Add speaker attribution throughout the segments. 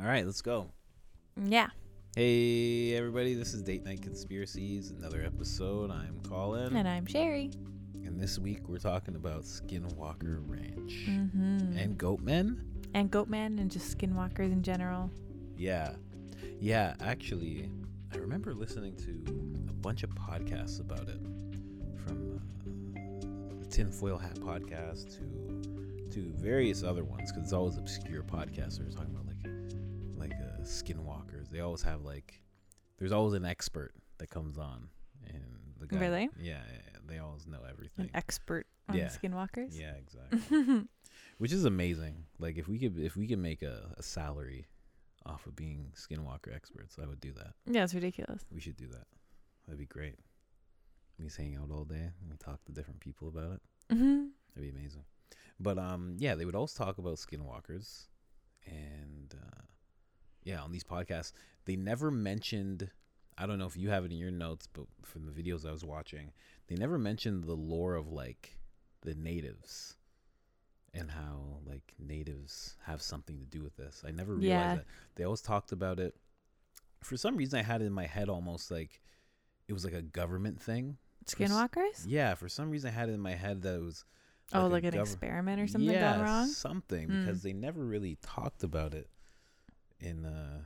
Speaker 1: All right, let's go.
Speaker 2: Yeah.
Speaker 1: Hey, everybody, this is Date Night Conspiracies, another episode. I'm Colin,
Speaker 2: And I'm Sherry.
Speaker 1: and this week we're talking about Skinwalker Ranch
Speaker 2: Mm-hmm.
Speaker 1: and Goatmen.
Speaker 2: And Goatman and just skinwalkers in general.
Speaker 1: Yeah, yeah, actually, I remember listening to a bunch of podcasts about it from uh, the Tinfoil Hat podcast to to various other ones because it's always obscure podcasts that are talking about like like uh, skinwalkers. They always have like there's always an expert that comes on and the guy
Speaker 2: Really?
Speaker 1: yeah, yeah, yeah, they always know
Speaker 2: An
Speaker 1: everything.
Speaker 2: expert on
Speaker 1: Yeah.
Speaker 2: skinwalkers.
Speaker 1: Yeah, exactly. Which is amazing. Like if we could if we could make a, a salary off of being skinwalker experts, I would do that.
Speaker 2: Yeah, it's ridiculous.
Speaker 1: We should do that. That'd be great. We just hang out all day and we talk to different people about it.
Speaker 2: Mm-hmm.
Speaker 1: That'd be amazing. But um, yeah, they would always talk about skinwalkers, and uh, yeah, on these podcasts, they never mentioned. I don't know if you have it in your notes, but from the videos I was watching, they never mentioned the lore of like the natives and how like natives have something to do with this. I never realized
Speaker 2: Yeah.
Speaker 1: that. They always talked about it. For some reason I had it in my head almost like it was like a government thing.
Speaker 2: Skinwalkers?
Speaker 1: Yeah, for some reason I had it in my head that it was
Speaker 2: oh,
Speaker 1: a
Speaker 2: like an
Speaker 1: gov-
Speaker 2: experiment or something
Speaker 1: yeah,
Speaker 2: gone wrong?
Speaker 1: Something
Speaker 2: Mm.
Speaker 1: because they never really talked about it in uh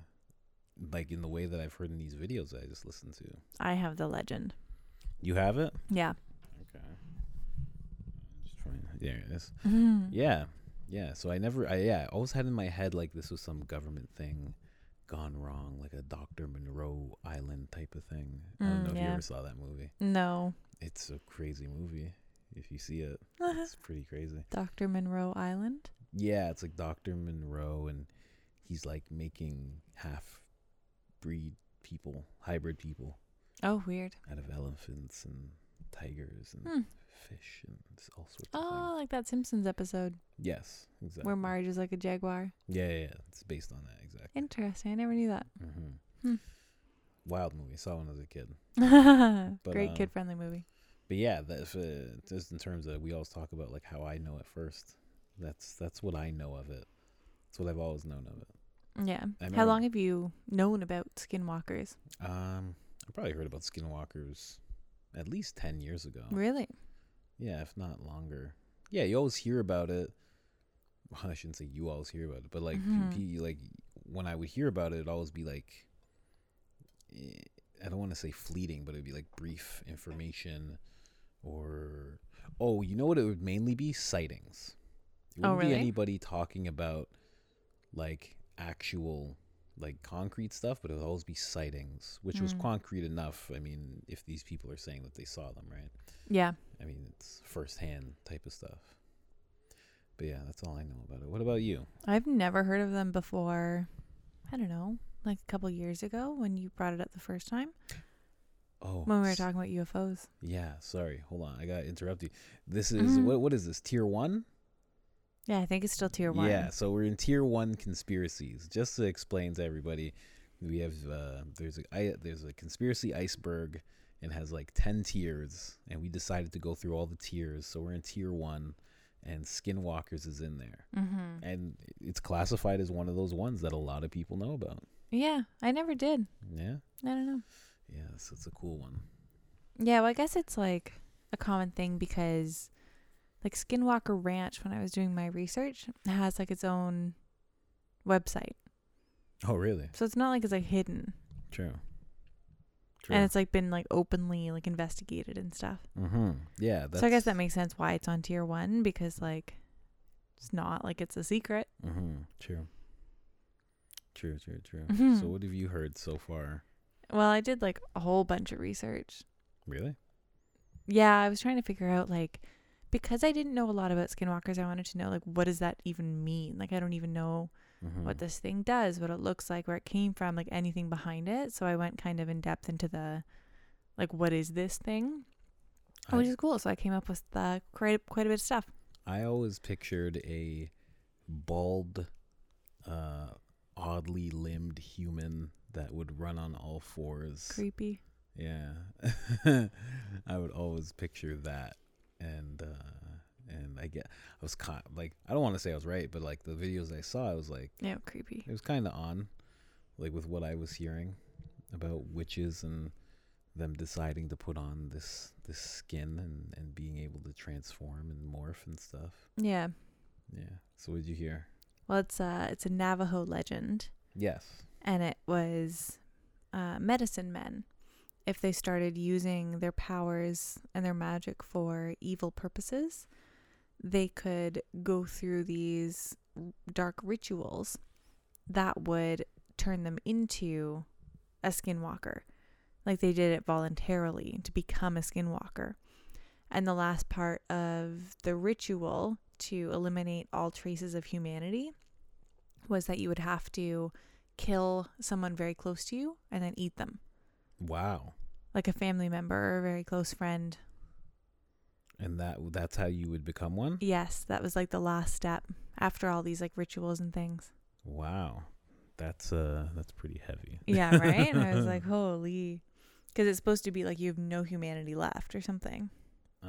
Speaker 1: like in the way that I've heard in these videos that I just listened to.
Speaker 2: I have the legend.
Speaker 1: You have it?
Speaker 2: Yeah.
Speaker 1: Okay. Just trying. There it is.
Speaker 2: Mhm.
Speaker 1: Yeah. Yeah. So I never I yeah, I always had in my head like this was some government thing gone wrong, like a Doctor Monroe Island type of thing. I don't
Speaker 2: Mm,
Speaker 1: know if you
Speaker 2: yeah.
Speaker 1: ever saw that movie.
Speaker 2: No.
Speaker 1: It's a crazy movie. If you see it, it's pretty crazy.
Speaker 2: Dr. Monroe Island?
Speaker 1: Yeah, it's like Doctor Monroe, and he's like making half breed people, hybrid people,
Speaker 2: Oh, weird.
Speaker 1: out of elephants and tigers and
Speaker 2: Hmm.
Speaker 1: fish and s- all sorts of
Speaker 2: Oh,
Speaker 1: things.
Speaker 2: like that Simpsons episode
Speaker 1: Yes, exactly.
Speaker 2: where Marge is like a jaguar.
Speaker 1: Yeah, yeah, yeah, it's based on that exactly.
Speaker 2: Interesting. I never knew that.
Speaker 1: hmm
Speaker 2: Hmm.
Speaker 1: Wild movie. Saw one as a kid.
Speaker 2: Great
Speaker 1: um,
Speaker 2: kid friendly movie.
Speaker 1: But yeah, that's uh, just in terms of we always talk about like how I know it first. That's that's what I know of it. That's what I've always known of it.
Speaker 2: Yeah.
Speaker 1: I
Speaker 2: How
Speaker 1: remember-
Speaker 2: long have you known about skinwalkers?
Speaker 1: Um, I probably heard about skinwalkers at least ten years ago.
Speaker 2: Really?
Speaker 1: Yeah, if not longer. Yeah, you always hear about it. Well, I shouldn't say you always hear about it, but like, you-
Speaker 2: Mhm.
Speaker 1: you- like when I would hear about it, it'd always be like, eh, I don't want to say fleeting, but it'd be like brief information, or oh, you know what? It would mainly be sightings. It
Speaker 2: Oh,
Speaker 1: wouldn't be
Speaker 2: really?
Speaker 1: anybody talking about like actual like concrete stuff, but it would always be sightings, which was
Speaker 2: Mm.
Speaker 1: concrete enough. I mean, if these people are saying that they saw them, right?
Speaker 2: Yeah.
Speaker 1: I mean, it's firsthand type of stuff. But yeah, that's all I know about it. What about you?
Speaker 2: I've never heard of them before. I don't know, like a couple years ago when you brought it up the first time
Speaker 1: Oh,
Speaker 2: when we were
Speaker 1: s-
Speaker 2: talking about UFOs.
Speaker 1: Yeah, sorry. Hold on, I gotta interrupt you. This is
Speaker 2: Mhm.
Speaker 1: what? What is this? Tier one?
Speaker 2: Yeah, I think it's still tier one.
Speaker 1: Yeah. So we're in tier one conspiracies. Just to explain to everybody, we have uh, there's a I, there's a conspiracy iceberg and has like ten tiers, and we decided to go through all the tiers. So we're in tier one, and Skinwalkers is in there,
Speaker 2: Mm-hmm.
Speaker 1: and it's classified as one of those ones that a lot of people know about.
Speaker 2: Yeah, I never did.
Speaker 1: Yeah.
Speaker 2: I don't know.
Speaker 1: Yes, it's a cool one.
Speaker 2: Yeah, well, I guess it's like a common thing because, like, Skinwalker Ranch, when I was doing my research, has like its own website.
Speaker 1: Oh, really?
Speaker 2: So it's not like it's like hidden
Speaker 1: True.
Speaker 2: and it's like been like openly like investigated and stuff.
Speaker 1: mm-hmm. Yeah. That's,
Speaker 2: so I guess that makes sense why it's on tier one because like it's not like it's a secret.
Speaker 1: Mm-hmm. True. True. True. True.
Speaker 2: Mhm.
Speaker 1: So, what have you heard so far?
Speaker 2: Well, I did like a whole bunch of research.
Speaker 1: Really?
Speaker 2: Yeah, I was trying to figure out like because I didn't know a lot about skinwalkers, I wanted to know like what does that even mean? Like I don't even know
Speaker 1: Mm-hmm.
Speaker 2: what this thing does, what it looks like, where it came from, like anything behind it. So I went kind of in depth into the like what is this thing?
Speaker 1: I,
Speaker 2: Which is cool. So I came up with the quite quite a bit of stuff.
Speaker 1: I always pictured a bald, uh, oddly limbed human that would run on all fours.
Speaker 2: Creepy.
Speaker 1: Yeah. I would always picture that, and uh, and I get I was caught like I don't want to say I was right, but like the videos I saw, I was like
Speaker 2: Yeah, creepy.
Speaker 1: it was kind of on, like with what I was hearing about witches and them deciding to put on this this skin and and being able to transform and morph and stuff.
Speaker 2: Yeah.
Speaker 1: Yeah. So what did you hear?
Speaker 2: Well, it's uh it's a Navajo legend.
Speaker 1: Yes.
Speaker 2: and it was uh, medicine men if they started using their powers and their magic for evil purposes they could go through these r- dark rituals that would turn them into a skinwalker like they did it voluntarily to become a skinwalker and the last part of the ritual to eliminate all traces of humanity was that you would have to kill someone very close to you and then eat them,
Speaker 1: Wow.
Speaker 2: like a family member or a very close friend.
Speaker 1: And that that's how you would become one.
Speaker 2: Yes, that was like the last step after all these like rituals and things.
Speaker 1: Wow. That's uh that's pretty heavy.
Speaker 2: Yeah, right? and I was like, holy. Because it's supposed to be like you have no humanity left or something.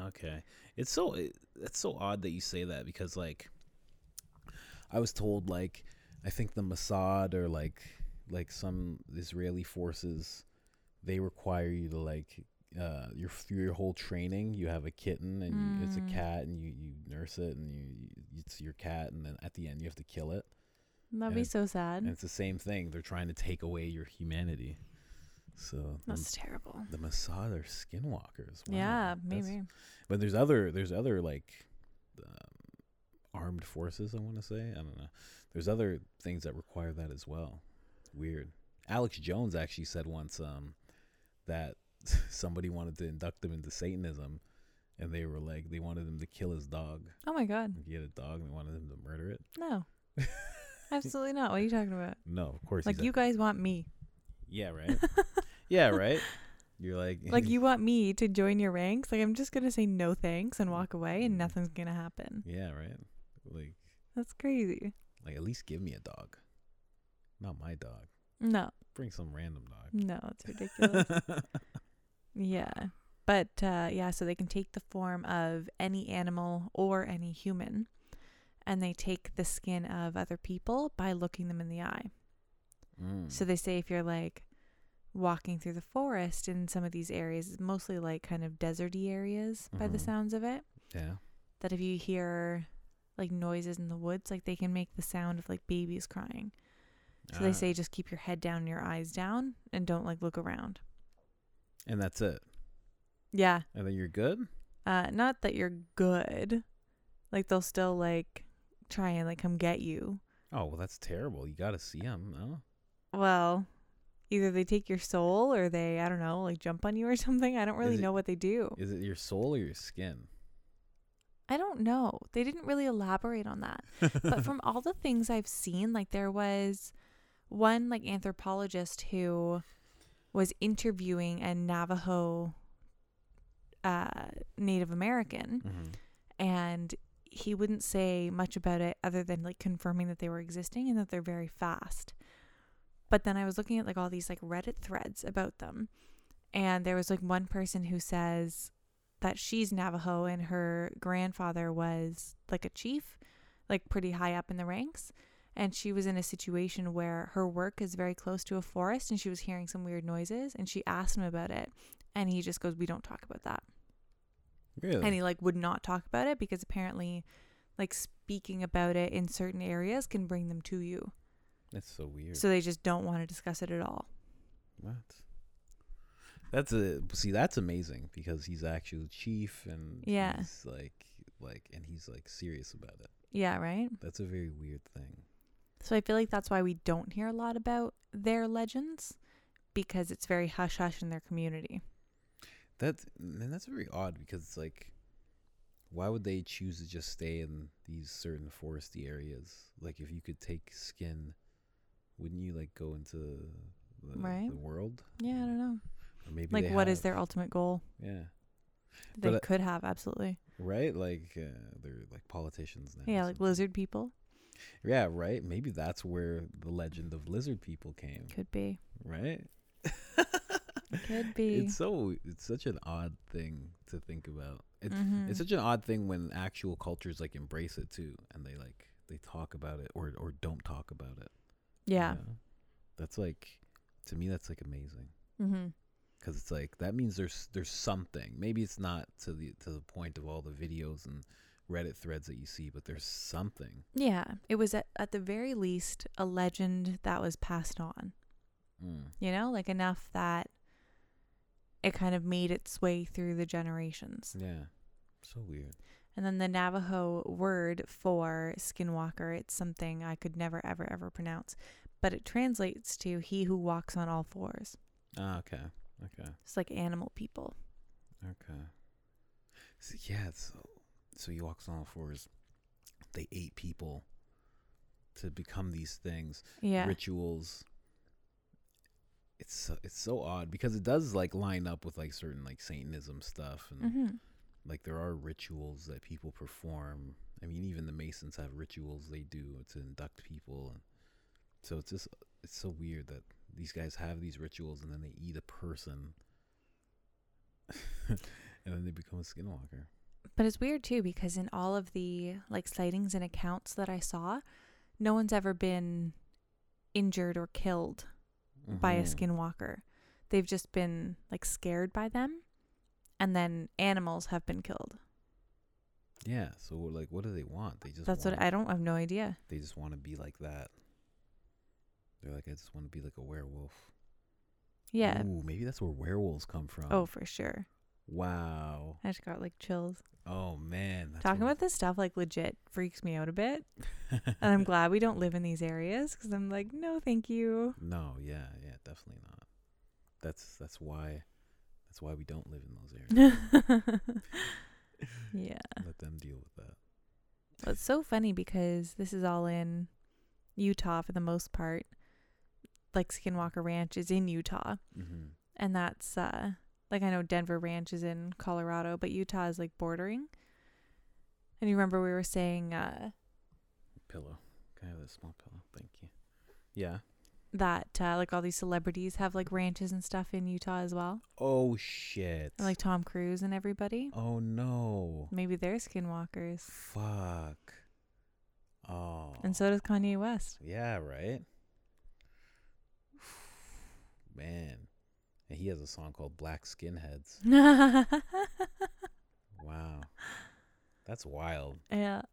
Speaker 1: Okay. It's so it, it's so odd that you say that because like I was told like I think the Mossad or like like some Israeli forces they require you to like uh your through your whole training you have a kitten and you, it's
Speaker 2: Mm.
Speaker 1: a cat and you you nurse it and you, you it's your cat and then at the end you have to kill it
Speaker 2: That'd be
Speaker 1: And-
Speaker 2: so
Speaker 1: and
Speaker 2: sad.
Speaker 1: it's the same thing they're trying to take away your humanity so the,
Speaker 2: That's terrible.
Speaker 1: the Mossad are skinwalkers Wow.
Speaker 2: yeah,
Speaker 1: That's-
Speaker 2: maybe.
Speaker 1: but there's other there's other like um, armed forces. I want to say I don't know. There's other things that require that as well. It's weird. Alex Jones actually said once um, that somebody wanted to induct him into Satanism, and they were like they wanted him to kill his dog.
Speaker 2: Oh my God.
Speaker 1: Like, He had a dog, and they wanted him to murder it.
Speaker 2: No, absolutely not. What are you talking about?
Speaker 1: no, of course.
Speaker 2: Like,
Speaker 1: he's a-
Speaker 2: you guys want me.
Speaker 1: yeah, right. yeah, right. You're like
Speaker 2: Like, you want me to join your ranks? Like, I'm just going to say no thanks and walk away,
Speaker 1: Mm.
Speaker 2: and nothing's going to happen.
Speaker 1: Yeah, right. Like
Speaker 2: That's crazy.
Speaker 1: like at least give me a dog, not my dog.
Speaker 2: No.
Speaker 1: Bring some random dog.
Speaker 2: No, it's ridiculous. yeah. But uh, yeah, so they can take the form of any animal or any human, and they take the skin of other people by looking them in the eye.
Speaker 1: Mm.
Speaker 2: So they say if you're like walking through the forest in some of these areas, it's mostly like kind of deserty areas by the
Speaker 1: Mhm.
Speaker 2: sounds of it,
Speaker 1: yeah.
Speaker 2: that if you hear like noises in the woods, like they can make the sound of like babies crying. So
Speaker 1: Ah.
Speaker 2: they say just keep your head down and your eyes down and don't like look around.
Speaker 1: and that's it.
Speaker 2: Yeah.
Speaker 1: And then you're good.
Speaker 2: uh not that you're good like they'll still like try and like come get you
Speaker 1: Oh well, that's terrible. You got to see him. No.
Speaker 2: well either they take your soul or they i don't know like jump on you or something i don't really
Speaker 1: it-
Speaker 2: know what they do
Speaker 1: Is it your soul or your skin?
Speaker 2: i don't know they didn't really elaborate on that but from all the things i've seen like there was one like anthropologist who was interviewing a navajo uh native american
Speaker 1: Mhm.
Speaker 2: and he wouldn't say much about it other than like confirming that they were existing and that they're very fast. But then I was looking at like all these like Reddit threads about them, and there was like one person who says that she's Navajo and her grandfather was like a chief, like pretty high up in the ranks. And she was in a situation where her work is very close to a forest and she was hearing some weird noises. And she asked him about it. And he just goes, We don't talk about that
Speaker 1: Really?
Speaker 2: and he like would not talk about it because apparently like speaking about it in certain areas can bring them to you
Speaker 1: that's so weird.
Speaker 2: so they just don't want to discuss it at all
Speaker 1: what? That's a see. That's amazing because he's actually chief and
Speaker 2: Yeah.
Speaker 1: he's like like and he's like serious about it.
Speaker 2: yeah right
Speaker 1: That's a very weird thing.
Speaker 2: so i feel like that's why we don't hear a lot about their legends because it's very hush hush in their community
Speaker 1: That's and that's very odd because it's like, why would they choose to just stay in these certain foresty areas? Like, if you could take skin, wouldn't you like go into the,
Speaker 2: Right.
Speaker 1: the world?
Speaker 2: yeah i don't know
Speaker 1: Or maybe
Speaker 2: like
Speaker 1: they
Speaker 2: what is
Speaker 1: have-
Speaker 2: their ultimate goal
Speaker 1: Yeah,
Speaker 2: they
Speaker 1: But, uh,
Speaker 2: could have absolutely
Speaker 1: right. Like uh, they're like politicians now.
Speaker 2: yeah
Speaker 1: or
Speaker 2: like
Speaker 1: something.
Speaker 2: lizard people
Speaker 1: Yeah, right. Maybe that's where the legend of lizard people came.
Speaker 2: could be
Speaker 1: Right.
Speaker 2: Could be.
Speaker 1: It's so it's such an odd thing to think about. It's
Speaker 2: Mhm.
Speaker 1: it's such an odd thing when actual cultures like embrace it too, and they like they talk about it or or don't talk about it. you
Speaker 2: yeah.
Speaker 1: know? that's like to me that's like amazing
Speaker 2: Mm-hmm.
Speaker 1: because it's like that means there's there's something. Maybe it's not to the to the point of all the videos and Reddit threads that you see, but there's something.
Speaker 2: Yeah. It was at, at the very least a legend that was passed on,
Speaker 1: Mm.
Speaker 2: you know, like enough that it kind of made its way through the generations.
Speaker 1: Yeah, so weird.
Speaker 2: And then the Navajo word for skinwalker, it's something I could never, ever, ever pronounce, but it translates to he who walks on all fours.
Speaker 1: Ah, okay, okay,
Speaker 2: It's like animal people.
Speaker 1: okay. So, yeah, so so he walks on all fours. They ate people to become these things.
Speaker 2: Yeah.
Speaker 1: rituals. It's so, it's so odd because it does like line up with like certain like Satanism stuff and
Speaker 2: Mm-hmm.
Speaker 1: like there are rituals that people perform. I mean, even the Masons have rituals they do to induct people, and so it's just it's so weird that these guys have these rituals and then they eat a person, and then they become a skinwalker.
Speaker 2: But it's weird too because in all of the like sightings and accounts that I saw, no one's ever been injured or killed by a
Speaker 1: Mhm.
Speaker 2: skinwalker. They've just been like scared by them and then animals have been killed.
Speaker 1: Yeah. So like, what do they want? They just
Speaker 2: That's
Speaker 1: want
Speaker 2: what I don't I have no idea.
Speaker 1: they just want to be like that. They're like, I just want to be like a werewolf.
Speaker 2: Yeah.
Speaker 1: Ooh, maybe that's where werewolves come from.
Speaker 2: Oh, for sure.
Speaker 1: Wow.
Speaker 2: I just got like chills.
Speaker 1: Oh man. that's
Speaker 2: Talking
Speaker 1: where-
Speaker 2: about this stuff like legit freaks me out a bit. And I'm glad we don't live in these areas cuz I'm like, no, thank you.
Speaker 1: no, yeah, yeah, definitely not. That's that's why that's why we don't live in those areas.
Speaker 2: yeah.
Speaker 1: Let them deal with that.
Speaker 2: Well, it's so funny because this is all in Utah for the most part. Like Skinwalker Ranch is in Utah,
Speaker 1: Mm-hmm.
Speaker 2: and that's uh like I know Denver Ranch is in Colorado, but Utah is like bordering. And you remember we were saying uh
Speaker 1: Pillow. Can I have that small pillow? Thank you. Yeah.
Speaker 2: that uh, like all these celebrities have like ranches and stuff in Utah as well,
Speaker 1: Oh shit.
Speaker 2: and, like Tom Cruise and everybody.
Speaker 1: oh no.
Speaker 2: Maybe they're skinwalkers,
Speaker 1: Fuck. Oh.
Speaker 2: and so does Kanye West.
Speaker 1: Yeah, right? Man. And he has a song called Black Skinheads.
Speaker 2: yeah,
Speaker 1: Wow. That's wild.
Speaker 2: it
Speaker 1: That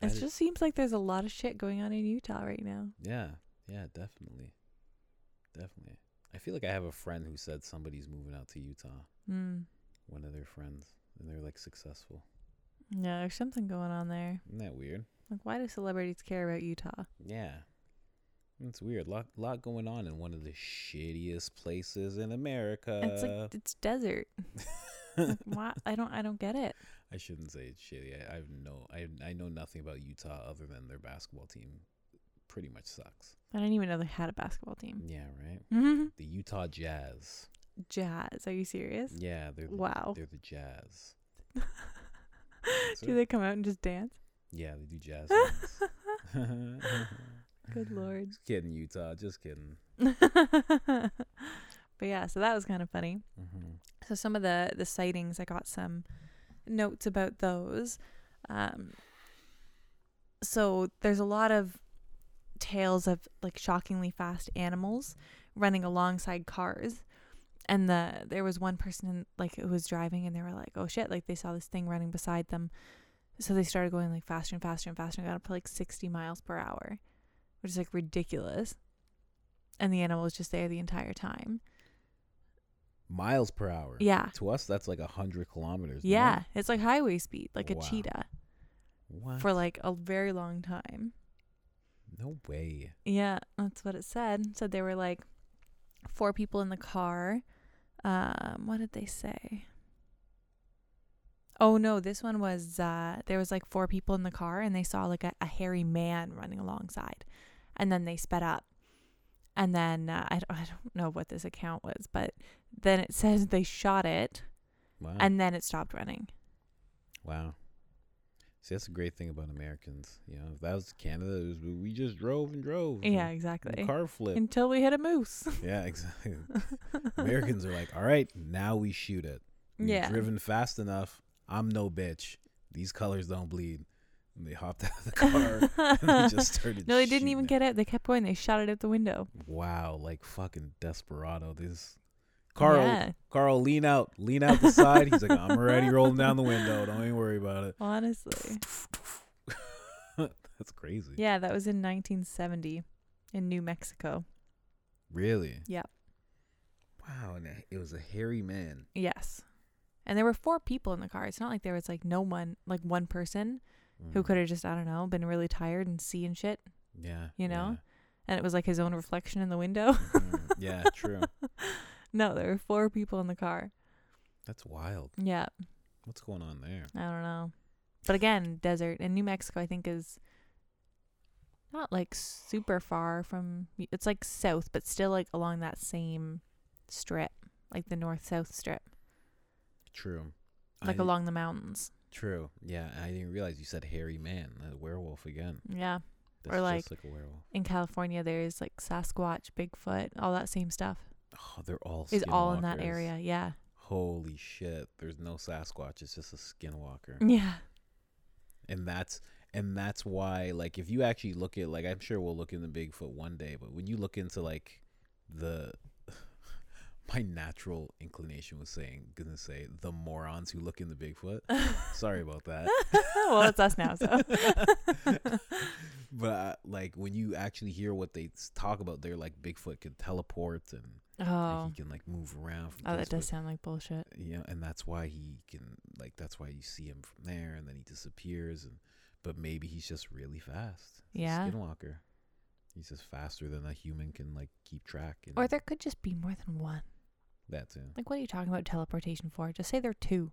Speaker 1: is-
Speaker 2: just seems like there's a lot of shit going on in Utah right now.
Speaker 1: yeah. Yeah, definitely. Definitely. I feel like I have a friend who said somebody's moving out to Utah,
Speaker 2: Mm.
Speaker 1: one of their friends, and they're like successful.
Speaker 2: Yeah, there's something going on there.
Speaker 1: Isn't that weird?
Speaker 2: Like, why do celebrities care about Utah?
Speaker 1: Yeah. It's weird. Lot lot going on in one of the shittiest places in America.
Speaker 2: it's like it's desert. Like, why? I don't. I don't get it.
Speaker 1: I shouldn't say it's shitty. I, I have no, I I know nothing about Utah other than their basketball team, pretty much sucks.
Speaker 2: I didn't even know they had a basketball team.
Speaker 1: Yeah, right.
Speaker 2: Mhm.
Speaker 1: The Utah Jazz.
Speaker 2: Jazz? Are you serious?
Speaker 1: Yeah, they're the,
Speaker 2: Wow.
Speaker 1: they're the Jazz.
Speaker 2: Do they come out and just dance?
Speaker 1: Yeah, they do jazz. songs.
Speaker 2: Good lord.
Speaker 1: just kidding, Utah. Just kidding.
Speaker 2: but yeah, so that was kind of funny.
Speaker 1: Mm-hmm.
Speaker 2: So some of the the sightings, I got some notes about those. Um, so there's a lot of tales of like shockingly fast animals running alongside cars, and the there was one person in, like who was driving, and they were like, "Oh shit!" Like they saw this thing running beside them, so they started going like faster and faster and faster, and got up to like 60 miles per hour, which is like ridiculous. And the animal was just there the entire time.
Speaker 1: Miles per hour.
Speaker 2: Yeah.
Speaker 1: To us, that's like a hundred kilometers. no?
Speaker 2: Yeah, it's like highway speed, like a
Speaker 1: Wow.
Speaker 2: cheetah
Speaker 1: What?
Speaker 2: for like a very long time.
Speaker 1: no way.
Speaker 2: Yeah, that's what it said. So there were like four people in the car. Um, what did they say? Oh no, this one was uh there was like four people in the car and they saw like a, a hairy man running alongside. And then they sped up. And then uh, I, don't, I don't know what this account was, but then it says they shot it
Speaker 1: Wow.
Speaker 2: and then it stopped running.
Speaker 1: wow. See, that's a great thing about Americans. You know, if that was Canada, it was, we just drove and drove.
Speaker 2: Yeah,
Speaker 1: and
Speaker 2: exactly.
Speaker 1: Mm-hmm. Car flip.
Speaker 2: Until we hit a moose.
Speaker 1: yeah, exactly. Americans are like, all right, now we shoot it. We've
Speaker 2: Yeah.
Speaker 1: driven fast enough. I'm no bitch. These colors don't bleed. And they hopped out of the car and they just started.
Speaker 2: no, they didn't even
Speaker 1: shooting
Speaker 2: get out. They kept going. They shot it out the window.
Speaker 1: it. Wow, like fucking desperado. This Carl,
Speaker 2: Yeah,
Speaker 1: Carl, lean out, lean out the side. He's like, I'm already rolling down the window. Don't even worry about it.
Speaker 2: honestly.
Speaker 1: That's crazy.
Speaker 2: Yeah, that was in 1970 in New Mexico.
Speaker 1: Really?
Speaker 2: Yep.
Speaker 1: Wow, and it- it was a hairy man.
Speaker 2: Yes. And there were four people in the car. It's not like there was like no one, like one person who
Speaker 1: Mm.
Speaker 2: could have just, I don't know, been really tired and seeing shit.
Speaker 1: Yeah.
Speaker 2: you know? And it was like his own reflection in the window.
Speaker 1: Yeah, Mhm. yeah true.
Speaker 2: No, there were four people in the car.
Speaker 1: That's wild.
Speaker 2: Yeah,
Speaker 1: What's going on there?
Speaker 2: I don't know. But again, desert and New Mexico, I think, is not like super far from. It's like south, but still like along that same strip, like the north south strip,
Speaker 1: True.
Speaker 2: like
Speaker 1: I-
Speaker 2: along the mountains.
Speaker 1: True. Yeah, I didn't realize you said hairy man, a werewolf again.
Speaker 2: Yeah.
Speaker 1: That's
Speaker 2: Or
Speaker 1: just like a werewolf.
Speaker 2: In California, there's like Sasquatch, Bigfoot, all that same stuff
Speaker 1: Oh, they're all
Speaker 2: is all in that
Speaker 1: skinwalkers.
Speaker 2: area. Yeah.
Speaker 1: Holy shit! There's no Sasquatch. It's just a skinwalker,
Speaker 2: Yeah.
Speaker 1: and that's and that's why. Like, if you actually look at like, I'm sure we'll look into Bigfoot one day, but when you look into like the my natural inclination was saying gonna say the morons who look into Bigfoot.
Speaker 2: Oh,
Speaker 1: Sorry about that.
Speaker 2: well, it's us now, so.
Speaker 1: but uh, like when you actually hear what they s- talk about, they're like Bigfoot can teleport and like,
Speaker 2: Oh.
Speaker 1: he can like move around. From
Speaker 2: Oh, that
Speaker 1: place,
Speaker 2: does sound like bullshit.
Speaker 1: but, You know, and that's why he can like that's why you see him from there, and then he disappears. And but maybe he's just really fast. He's a
Speaker 2: Yeah.
Speaker 1: skinwalker. He's just faster than a human can like keep track. And
Speaker 2: Or there could just be more than one.
Speaker 1: that too.
Speaker 2: Like, what are you talking about teleportation for? Just say there are two.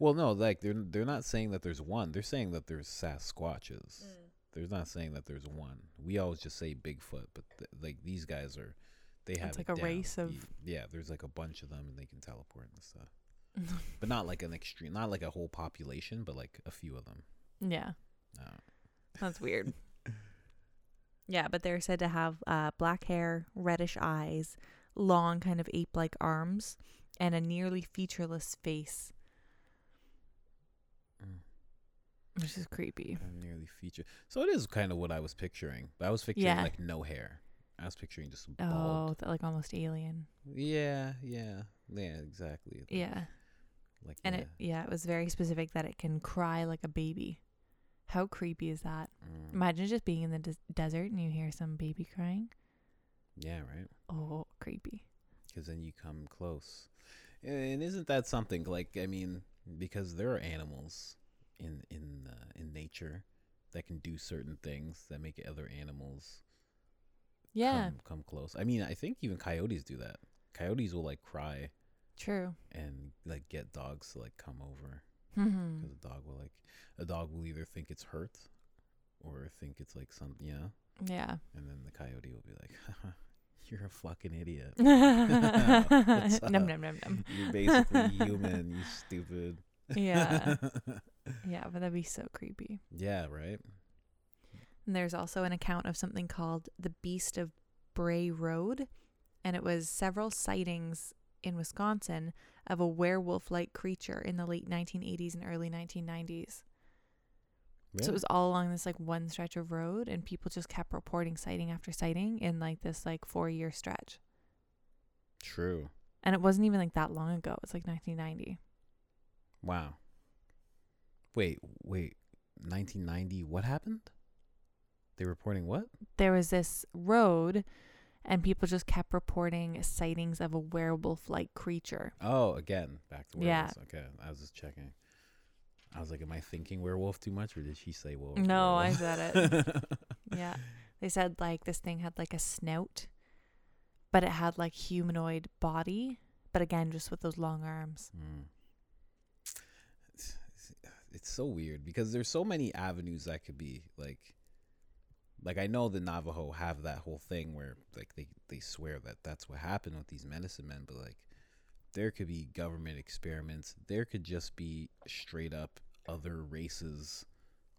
Speaker 1: Well, no, like they're they're not saying that there's one. They're saying that there's Sasquatches. They're not saying that there's one. We always just say Bigfoot, but th- like these guys are, they have
Speaker 2: like
Speaker 1: it
Speaker 2: a
Speaker 1: down.
Speaker 2: race of-
Speaker 1: Y- yeah. There's like a bunch of them, and they can teleport and stuff. But not like an extreme, not like a whole population, but like a few of them.
Speaker 2: yeah,
Speaker 1: No.
Speaker 2: that's weird. yeah, but they're said to have uh, black hair, reddish eyes, long, kind of ape like arms, and a nearly featureless face,
Speaker 1: Mm.
Speaker 2: which is creepy.
Speaker 1: I'm nearly feature. So it is kind of what I was picturing. But I was picturing
Speaker 2: Yeah.
Speaker 1: like no hair. I was picturing just bald.
Speaker 2: Oh, th- like almost alien.
Speaker 1: Yeah, yeah, yeah. Exactly. Like-
Speaker 2: Yeah.
Speaker 1: Like
Speaker 2: And
Speaker 1: yeah.
Speaker 2: it, yeah, it was very specific that it can cry like a baby. How creepy is that?
Speaker 1: Mm.
Speaker 2: Imagine just being in the des- desert and you hear some baby crying.
Speaker 1: yeah, right.
Speaker 2: Oh, creepy.
Speaker 1: because then you come close. And isn't that something? Like, I mean, because there are animals in in uh, in nature that can do certain things that make other animals
Speaker 2: Yeah,
Speaker 1: come, come close. I mean, I think even coyotes do that. Coyotes will like cry
Speaker 2: true.
Speaker 1: and like get dogs to like come over
Speaker 2: hmm
Speaker 1: because a dog will like a dog will either think it's hurt or think it's like something, yeah.
Speaker 2: Yeah.
Speaker 1: And then the coyote will be like, "You're a fucking idiot. What's up?
Speaker 2: num num num num.
Speaker 1: You're basically human. You stupid."
Speaker 2: Yeah. Yeah, but that'd be so creepy.
Speaker 1: yeah, right?
Speaker 2: And there's also an account of something called the Beast of Bray Road, and it was several sightings in Wisconsin of a werewolf-like creature in the late 1980s and early 1990s. So it was all along this like one stretch of road, and people just kept reporting sighting after sighting in like this like four-year stretch.
Speaker 1: true.
Speaker 2: And it wasn't even like that long ago. It's like 1990.
Speaker 1: Wow. Wait, wait. 1990, what happened? They were reporting what?
Speaker 2: there was this road and people just kept reporting sightings of a werewolf like creature.
Speaker 1: Oh, again, back to
Speaker 2: Yeah.
Speaker 1: werewolves. Okay, I was just checking. I was like, am I thinking werewolf too much, or did she say wolf?
Speaker 2: No, I
Speaker 1: werewolf?
Speaker 2: said it. Yeah. They said like this thing had like a snout, but it had like humanoid body, but again just with those long arms.
Speaker 1: Mm. It's- It's so weird because there's so many avenues that could be like, like I know the Navajo have that whole thing where like they they swear that that's what happened with these medicine men, but like there could be government experiments. There could just be straight up other races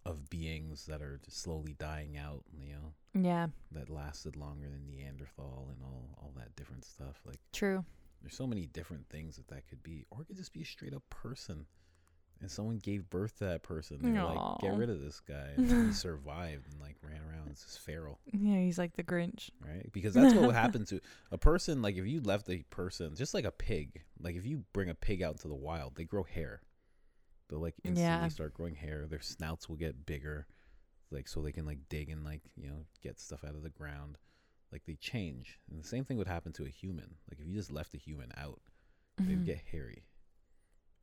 Speaker 1: of beings that are just slowly dying out, you know,
Speaker 2: Yeah,
Speaker 1: that lasted longer than Neanderthal and all, all that different stuff. Like,
Speaker 2: true.
Speaker 1: there's so many different things that that could be. Or it could just be a straight up person. And someone gave birth to that person. They were like, get
Speaker 2: Aw.
Speaker 1: rid of this guy. And then he survived and like ran around. It's just feral,
Speaker 2: Yeah, he's like the Grinch.
Speaker 1: right? Because that's what would happen to a person. Like, if you left a person, just like a pig, like if you bring a pig out into the wild, they grow hair. They'll like instantly
Speaker 2: Yeah.
Speaker 1: start growing hair. Their snouts will get bigger. Like, so they can like dig and like, you know, get stuff out of the ground. Like, they change. And the same thing would happen to a human. Like, if you just left a human out, they would
Speaker 2: Mhm.
Speaker 1: get hairy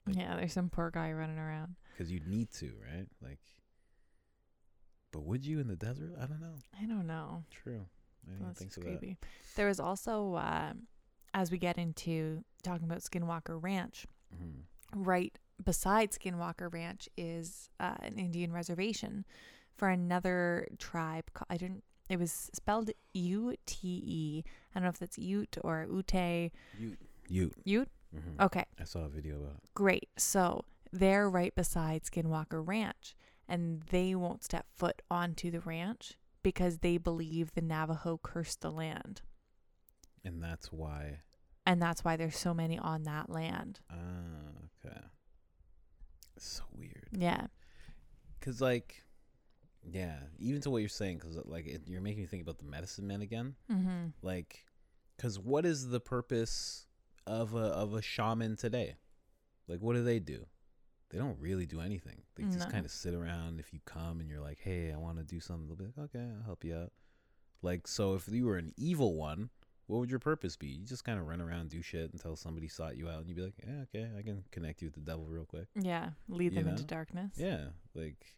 Speaker 2: yeah, there's some poor guy running around.
Speaker 1: because you'd need to, right? Like, but would you in the desert? I don't know.
Speaker 2: I don't know.
Speaker 1: True. I didn't
Speaker 2: That's
Speaker 1: think
Speaker 2: just
Speaker 1: so.
Speaker 2: creepy. There was also, uh, as we get into talking about Skinwalker Ranch,
Speaker 1: That. hmm
Speaker 2: right beside Skinwalker Ranch is uh, an Indian reservation for another tribe. ca- I didn't. It was spelled U T E. I don't know if that's Ute or Ute.
Speaker 1: Ute. Ute.
Speaker 2: Ute. Oh.
Speaker 1: hmm
Speaker 2: Okay,
Speaker 1: I saw a video about it.
Speaker 2: great. So they're right beside Skinwalker Ranch, and they won't step foot onto the ranch because they believe the Navajo cursed the land,
Speaker 1: and that's why.
Speaker 2: and that's why there's so many on that land.
Speaker 1: Ah, okay. It's so weird.
Speaker 2: Yeah.
Speaker 1: Cause like, yeah, even to what you're saying, cause like it, you're making me think about the medicine man again.
Speaker 2: Mm-hmm.
Speaker 1: Like, cause what is the purpose of a of a shaman today? Like, what do they do? They don't really do anything. They just
Speaker 2: No.
Speaker 1: kind of sit around. If you come and you're like, "Hey, I want to do something," they'll be like, "Okay, I'll help you out." Like, so if you were an evil one, what would your purpose be? You just kind of run around, do shit until somebody sought you out, and you'd be like, "Yeah, okay, I can connect you with the devil real quick."
Speaker 2: Yeah. Lead
Speaker 1: You
Speaker 2: them into
Speaker 1: know?
Speaker 2: darkness.
Speaker 1: Yeah, like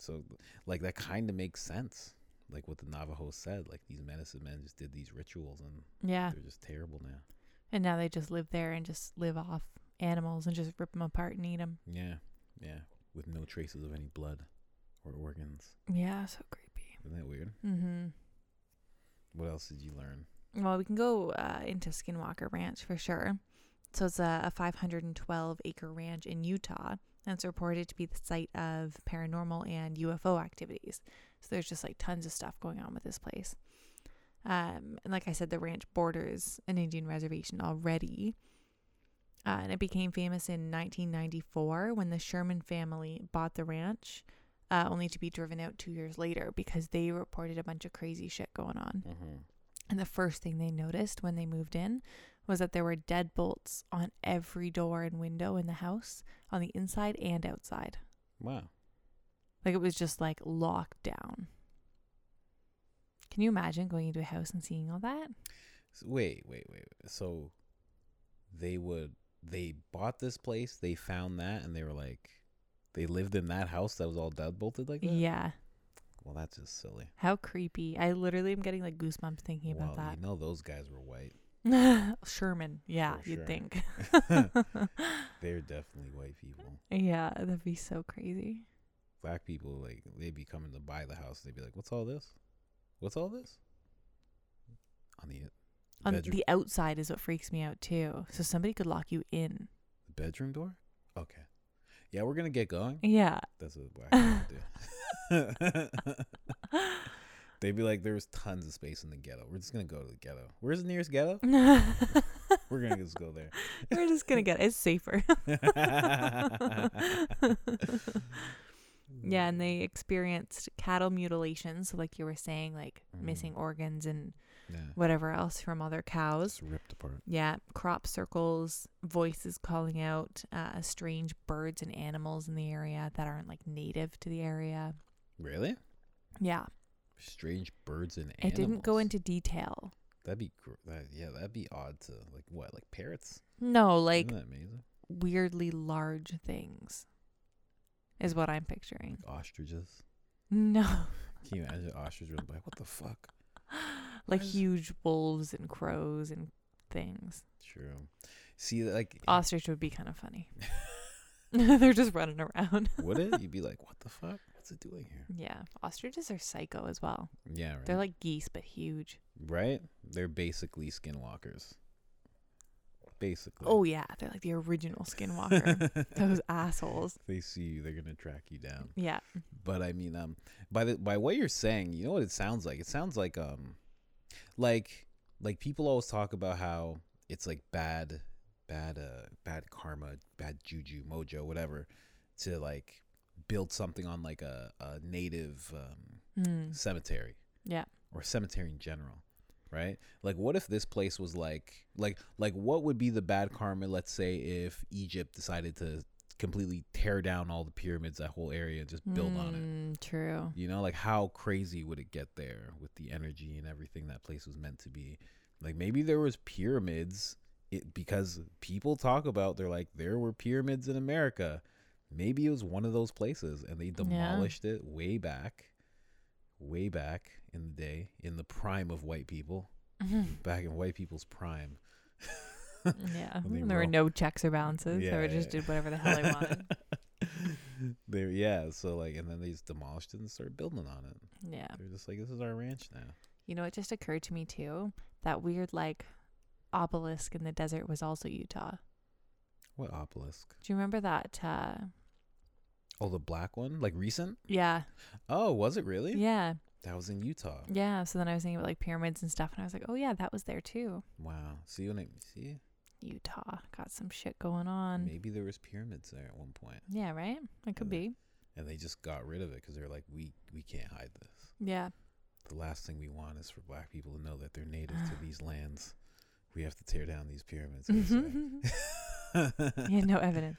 Speaker 1: so like that kind of makes sense. Like what the Navajo said, like these medicine men just did these rituals and
Speaker 2: Yeah.
Speaker 1: they're just terrible now.
Speaker 2: And now they just live there and just live off animals and just rip them apart and eat them.
Speaker 1: Yeah. Yeah, with no traces of any blood or organs.
Speaker 2: Yeah, so creepy.
Speaker 1: Isn't that weird?
Speaker 2: Mm-hmm.
Speaker 1: What else did you learn?
Speaker 2: Well, we can go uh, into Skinwalker Ranch for sure. So it's a, a 512 acre ranch in Utah, and it's reported to be the site of paranormal and UFO activities. So there's just like tons of stuff going on with this place. Um, and like I said, the ranch borders an Indian reservation already. Uh, and it became famous in 1994 when the Sherman family bought the ranch, uh, only to be driven out two years later because they reported a bunch of crazy shit going on.
Speaker 1: Mhm.
Speaker 2: And the first thing they noticed when they moved in was that there were deadbolts on every door and window in the house, on the inside and outside.
Speaker 1: Wow.
Speaker 2: Like it was just like locked down. Can you imagine going into a house and seeing all that?
Speaker 1: So wait, wait, wait. wait. So they would they bought this place, they found that and they were like they lived in that house that was all deadbolted like that?
Speaker 2: Yeah.
Speaker 1: Well, that's just silly.
Speaker 2: How creepy. I literally am getting like goosebumps thinking
Speaker 1: Well,
Speaker 2: about that.
Speaker 1: you know those guys were white.
Speaker 2: Sherman. Yeah,
Speaker 1: For
Speaker 2: you'd
Speaker 1: sure.
Speaker 2: think.
Speaker 1: They're definitely white people.
Speaker 2: yeah, that'd be so crazy.
Speaker 1: Black people, like, they'd be coming to buy the house. They'd be like, what's all this? What's all this? On the, the
Speaker 2: On
Speaker 1: bedroom,
Speaker 2: the outside is what freaks me out too. So somebody could lock you in.
Speaker 1: the bedroom door? Okay. Yeah, we're going to get going.
Speaker 2: Yeah.
Speaker 1: That's what black people do. they'd be like, there's tons of space in the ghetto. We're just going to go to the ghetto. Where's the nearest ghetto? We're
Speaker 2: We're
Speaker 1: going to just go there.
Speaker 2: We're just gonna get it's safer.
Speaker 1: Mm.
Speaker 2: yeah, and they experienced cattle mutilation, so like you were saying, like
Speaker 1: Mm.
Speaker 2: missing organs and
Speaker 1: Yeah.
Speaker 2: whatever else from other cows.
Speaker 1: Just ripped apart.
Speaker 2: Yeah, crop circles, voices calling out, uh, strange birds and animals in the area that aren't like native to the area.
Speaker 1: Really?
Speaker 2: Yeah,
Speaker 1: Strange birds and
Speaker 2: it
Speaker 1: animals.
Speaker 2: didn't go into detail.
Speaker 1: That'd be gr- that, yeah, that'd be odd to like what like parrots.
Speaker 2: No, like
Speaker 1: Isn't that amazing?
Speaker 2: weirdly large things is what I'm picturing.
Speaker 1: Like ostriches.
Speaker 2: No.
Speaker 1: Can you imagine ostriches? Would be like, what the fuck?
Speaker 2: like
Speaker 1: Whereas-
Speaker 2: huge wolves and crows and things.
Speaker 1: True. See, like,
Speaker 2: Ostrich would be kind of funny. They're just running around.
Speaker 1: would it? You'd be like, what the fuck? What's it doing here?
Speaker 2: Yeah, ostriches are psycho as well.
Speaker 1: Yeah, right.
Speaker 2: They're like geese but huge.
Speaker 1: right. They're basically skinwalkers. basically.
Speaker 2: Oh yeah, they're like the original skinwalker. Those assholes.
Speaker 1: they see you, they're gonna track you down.
Speaker 2: Yeah.
Speaker 1: But I mean, um, by the by, what you're saying, you know what it sounds like? It sounds like um, like like people always talk about how it's like bad, bad, uh, bad karma, bad juju, mojo, whatever, to like build something on like a a native um
Speaker 2: Mm.
Speaker 1: cemetery.
Speaker 2: Yeah.
Speaker 1: Or cemetery in general, right? Like what if this place was like like like what would be the bad karma let's say if Egypt decided to completely tear down all the pyramids that whole area and just build on it.
Speaker 2: Mm, True.
Speaker 1: You know, like how crazy would it get there with the energy and everything that place was meant to be? Like maybe there was pyramids it, because people talk about they're like there were pyramids in America. Maybe it was one of those places and they demolished it way back way back in the day in the prime of white people, back in white people's prime.
Speaker 2: yeah.
Speaker 1: When they
Speaker 2: there were
Speaker 1: roll-
Speaker 2: no checks or balances.
Speaker 1: Yeah,
Speaker 2: they were just
Speaker 1: yeah.
Speaker 2: did whatever the hell they wanted.
Speaker 1: They yeah, so like and then they just demolished it and started building on it.
Speaker 2: yeah.
Speaker 1: They're just like this is our ranch now.
Speaker 2: You know, it just occurred to me too that weird like obelisk in the desert was also Utah.
Speaker 1: What obelisk?
Speaker 2: Do you remember that? Uh,
Speaker 1: Oh, the black one? Like recent?
Speaker 2: yeah,
Speaker 1: Oh, was it really?
Speaker 2: yeah,
Speaker 1: That was in Utah.
Speaker 2: yeah. So then I was thinking about like pyramids and stuff, and I was like, oh yeah, that was there too.
Speaker 1: Wow. See when I e-, see
Speaker 2: Utah got some shit going on.
Speaker 1: maybe there was pyramids there at one point
Speaker 2: Yeah, right. It could
Speaker 1: Yeah.
Speaker 2: be.
Speaker 1: and they just got rid of it cuz they're like we we can't hide this.
Speaker 2: Yeah,
Speaker 1: The last thing we want is for black people to know that they're native to these lands. We have to tear down these pyramids. It's like-
Speaker 2: Mm-hmm. yeah. No evidence.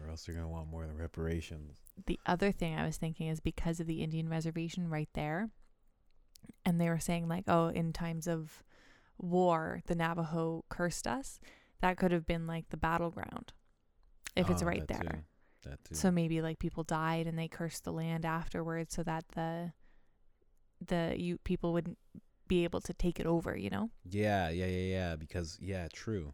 Speaker 1: or else you're gonna want more than reparations.
Speaker 2: the other thing I was thinking is because of the Indian reservation right there, and they were saying, like, oh, in times of war, the Navajo cursed us. That could have been like the battleground if it's
Speaker 1: Ah,
Speaker 2: right
Speaker 1: that
Speaker 2: there.
Speaker 1: too. That too.
Speaker 2: So maybe like people died and they cursed the land afterwards so that the the you people wouldn't be able to take it over, you know?
Speaker 1: yeah, yeah, yeah, yeah. Because yeah, true.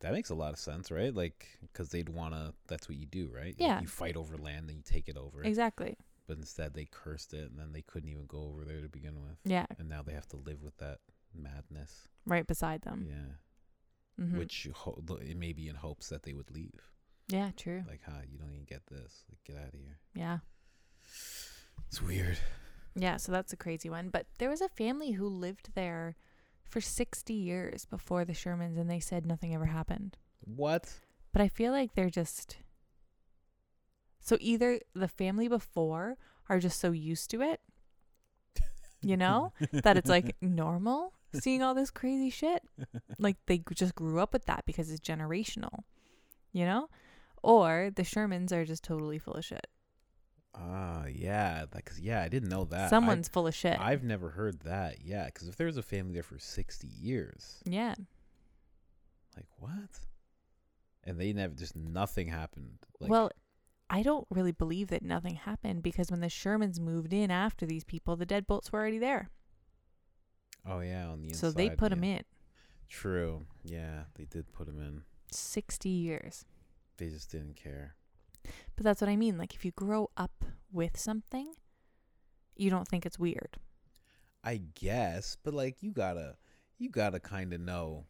Speaker 1: That makes a lot of sense, right? Like, because they'd wanna. That's what you do, right? Like,
Speaker 2: Yeah.
Speaker 1: you fight over land, then you take it over.
Speaker 2: Exactly.
Speaker 1: But instead, they cursed it, and then they couldn't even go over there to begin with,
Speaker 2: Yeah,
Speaker 1: and now they have to live with that madness.
Speaker 2: right beside them.
Speaker 1: yeah,
Speaker 2: Yeah, hmm
Speaker 1: which ho- lo- it may be in hopes that they would leave.
Speaker 2: yeah true.
Speaker 1: Like, huh? You don't even get this. Like, get out of here.
Speaker 2: Yeah.
Speaker 1: It's weird.
Speaker 2: Yeah, so that's a crazy one. But there was a family who lived there for 60 years before the Shermans, and they said nothing ever happened.
Speaker 1: What?
Speaker 2: But I feel like they're just. So either the family before are just so used to it, you know, that it's like normal seeing all this crazy shit. Like they g- just grew up with that because it's generational, you know? Or the Shermans are just totally full of shit.
Speaker 1: Ah, yeah. Like, 'cause- yeah, I didn't know that. Uh, I-
Speaker 2: Someone's full of shit.
Speaker 1: I've never heard that. Yeah, because if there's a family there for sixty years,
Speaker 2: yeah.
Speaker 1: like what? And they never just nothing happened. Like,
Speaker 2: well, I don't really believe that nothing happened because when the Shermans moved in after these people, the deadbolts were already there.
Speaker 1: oh yeah, on the inside.
Speaker 2: so they put them
Speaker 1: yeah.
Speaker 2: in
Speaker 1: True. Yeah, they did put them in.
Speaker 2: 60 years.
Speaker 1: They just didn't care.
Speaker 2: But that's what I mean. Like, if you grow up with something, you don't think it's weird.
Speaker 1: I guess, but like you gotta, you gotta kind of know.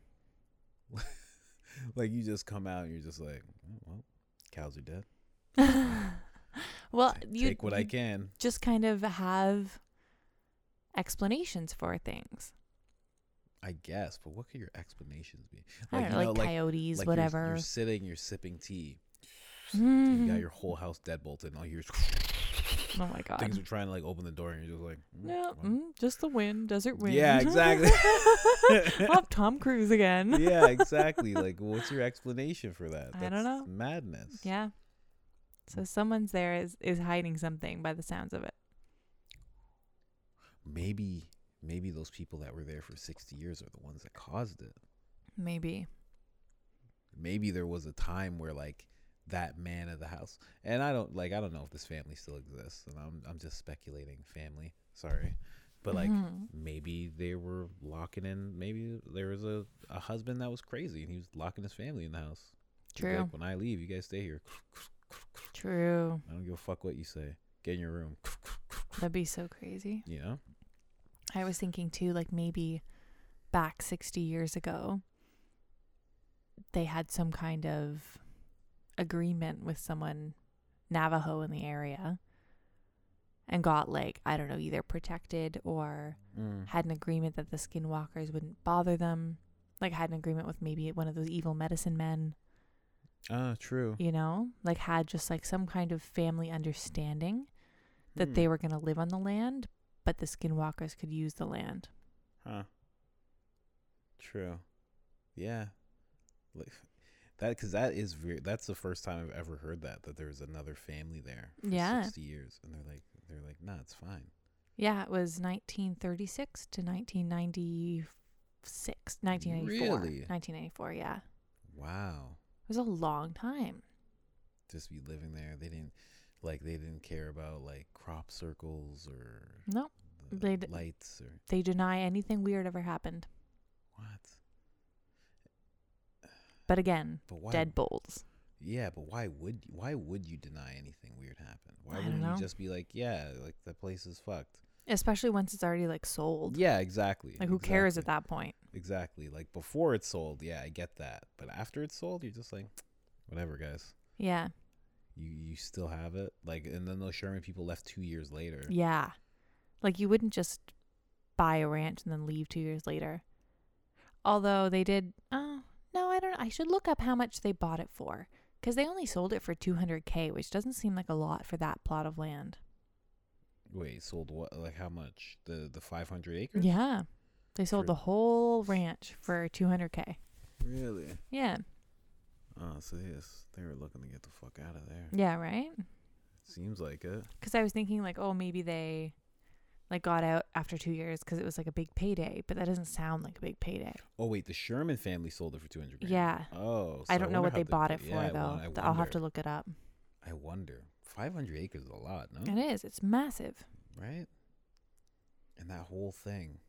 Speaker 1: like you just come out and you're just like, "Oh, well, cows are dead.
Speaker 2: well,
Speaker 1: Ta-
Speaker 2: you,
Speaker 1: take what I
Speaker 2: you
Speaker 1: can.
Speaker 2: just kind of have explanations for things.
Speaker 1: I guess, but what could your explanations be?
Speaker 2: I
Speaker 1: you
Speaker 2: don't know, like coyotes, whatever.
Speaker 1: You're, you're sitting, you're sipping tea. You got
Speaker 2: Mm.
Speaker 1: your whole house deadbolted, and all you hear is
Speaker 2: oh my God.
Speaker 1: things are trying to like open the door, and you're just like, mm,
Speaker 2: No,
Speaker 1: what?
Speaker 2: mm, just the wind, desert wind.
Speaker 1: Yeah, exactly.
Speaker 2: Well, Tom Cruise again.
Speaker 1: yeah, exactly. Like, what's your explanation for that?
Speaker 2: I don't know.
Speaker 1: Madness.
Speaker 2: Yeah. So someone's there is is hiding something by the sounds of it.
Speaker 1: Maybe, maybe those people that were there for sixty years are the ones that caused it.
Speaker 2: Maybe.
Speaker 1: Maybe there was a time where like that man of the house, and I don't like, I don't know if this family still exists, and I'm, I'm just speculating. Family, sorry, but like.
Speaker 2: Mhm.
Speaker 1: maybe they were locking in maybe there was a, a husband that was crazy and he was locking his family in the house He'd be
Speaker 2: True.
Speaker 1: like, when i leave you guys stay here
Speaker 2: True.
Speaker 1: i don't give a fuck what you say get in your room
Speaker 2: That'd be so crazy.
Speaker 1: you know
Speaker 2: I was thinking too, like maybe back sixty years ago they had some kind of agreement with someone Navajo in the area and got like I don't know either protected or
Speaker 1: Mm.
Speaker 2: had an agreement that the skinwalkers wouldn't bother them like had an agreement with maybe one of those evil medicine men
Speaker 1: Ah, true.
Speaker 2: you know like had just like some kind of family understanding that
Speaker 1: Hmm.
Speaker 2: they were going to live on the land but the skinwalkers could use the land
Speaker 1: Huh. True. Yeah. Like that because that is re- that's the first time I've ever heard that that there's another family there for
Speaker 2: Yeah.
Speaker 1: 60 years and they're like they're like nah it's fine.
Speaker 2: yeah it was 1936 to 1996 1994
Speaker 1: Really?
Speaker 2: 1994 yeah it
Speaker 1: Wow.
Speaker 2: was a long time
Speaker 1: Just be living there. They didn't like they didn't care about like crop circles or
Speaker 2: no
Speaker 1: the
Speaker 2: They d-
Speaker 1: lights or
Speaker 2: they deny anything weird ever happened
Speaker 1: what?
Speaker 2: but again
Speaker 1: But why
Speaker 2: deadbolts
Speaker 1: Yeah, but why would why would you deny anything weird happened? Why
Speaker 2: I don't
Speaker 1: wouldn't
Speaker 2: know.
Speaker 1: you just be like, yeah, like the place is fucked?
Speaker 2: especially once it's already like sold
Speaker 1: Yeah, exactly.
Speaker 2: like who cares
Speaker 1: exactly.
Speaker 2: at that point
Speaker 1: Exactly. Like before it's sold, yeah, I get that. But after it's sold, you're just like, whatever, guys.
Speaker 2: yeah
Speaker 1: You you still have it. Like, and then those Sherman people left two years later.
Speaker 2: Yeah. Like you wouldn't just buy a ranch and then leave two years later. Although they did. Oh, no, I don't. I should look up how much they bought it for. Because they only sold it for 200K, which doesn't seem like a lot for that plot of land.
Speaker 1: Wait, sold what? Like how much? The the 500 acres.
Speaker 2: Yeah. They sold
Speaker 1: For-
Speaker 2: the whole ranch for 200K.
Speaker 1: Really?
Speaker 2: Yeah.
Speaker 1: Oh, so yes, they were looking to get the fuck out of there.
Speaker 2: Yeah, right?
Speaker 1: Seems like it.
Speaker 2: Because I was thinking, like, oh, maybe they. Like got out after two years because it was like a big payday, but that doesn't sound like a big payday.
Speaker 1: Oh wait, the Sherman family sold it for 200. grand.
Speaker 2: Yeah.
Speaker 1: Oh.
Speaker 2: I
Speaker 1: so
Speaker 2: don't
Speaker 1: wonder
Speaker 2: know what
Speaker 1: how
Speaker 2: they
Speaker 1: the-
Speaker 2: bought it for
Speaker 1: yeah, I
Speaker 2: though.
Speaker 1: won- I
Speaker 2: Th- I'll have to
Speaker 1: wonder.
Speaker 2: look it up.
Speaker 1: I wonder. 500 acres is a lot, no?
Speaker 2: It is. It's massive.
Speaker 1: right? And that whole thing.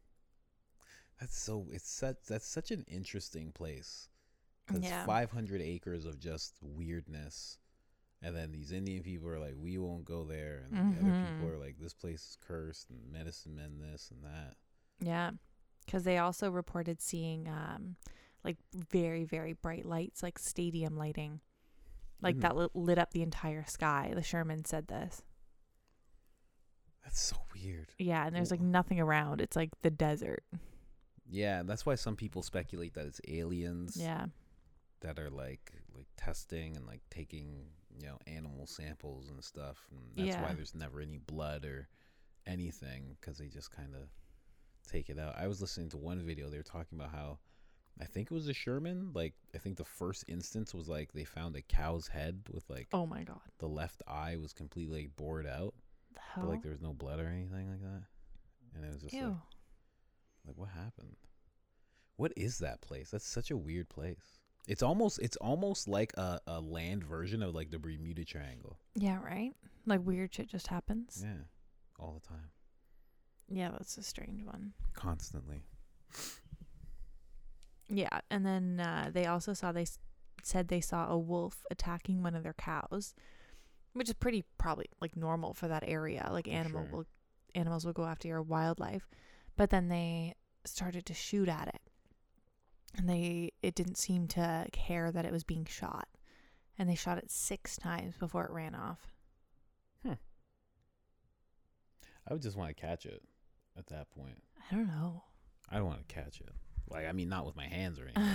Speaker 1: That's so it's such that's such an interesting place. Cuz
Speaker 2: Mm, Yeah.
Speaker 1: 500 acres of just weirdness. And then these Indian people are like, we won't go there. And then the other people
Speaker 2: Mhm.
Speaker 1: are like, this place is cursed and medicine men this and that.
Speaker 2: Yeah. Because they also reported seeing um, like very, very bright lights, like stadium lighting, like
Speaker 1: Mm.
Speaker 2: that lit, lit up the entire sky. The Sherman said this.
Speaker 1: That's so weird.
Speaker 2: Yeah. And there's like
Speaker 1: Wha-
Speaker 2: nothing around. It's like the desert.
Speaker 1: Yeah, and that's why some people speculate that it's aliens
Speaker 2: Yeah.
Speaker 1: that are like like testing and like taking you know animal samples and stuff and that's why
Speaker 2: Yeah.
Speaker 1: there's never any blood or anything because they just kind of take it out i was listening to one video they were talking about how i think it was a sherman like i think the first instance was like they found a cow's head with like
Speaker 2: Oh my God.
Speaker 1: the left eye was completely bored out
Speaker 2: The
Speaker 1: but
Speaker 2: hell?
Speaker 1: like there was no blood or anything like that and it was just like,
Speaker 2: Oh. Ew.
Speaker 1: like what happened? What is that place? That's such a weird place. It's almost it's almost like a, a land version of like the Bermuda Triangle.
Speaker 2: Yeah. Right. Like weird shit just happens.
Speaker 1: Yeah. All the time.
Speaker 2: Yeah. That's a strange one.
Speaker 1: Constantly.
Speaker 2: Yeah. And then uh, they also saw, they s- said they saw a wolf attacking one of their cows, which is pretty probably like normal for that area. Like animal
Speaker 1: sure.
Speaker 2: will, animals will go after your wildlife. But then they started to shoot at it. And they, it didn't seem to care that it was being shot. And they shot it six times before it ran off.
Speaker 1: I would just want to catch it at that point.
Speaker 2: I don't know.
Speaker 1: I don't want to catch it. Like I mean not with my hands or anything.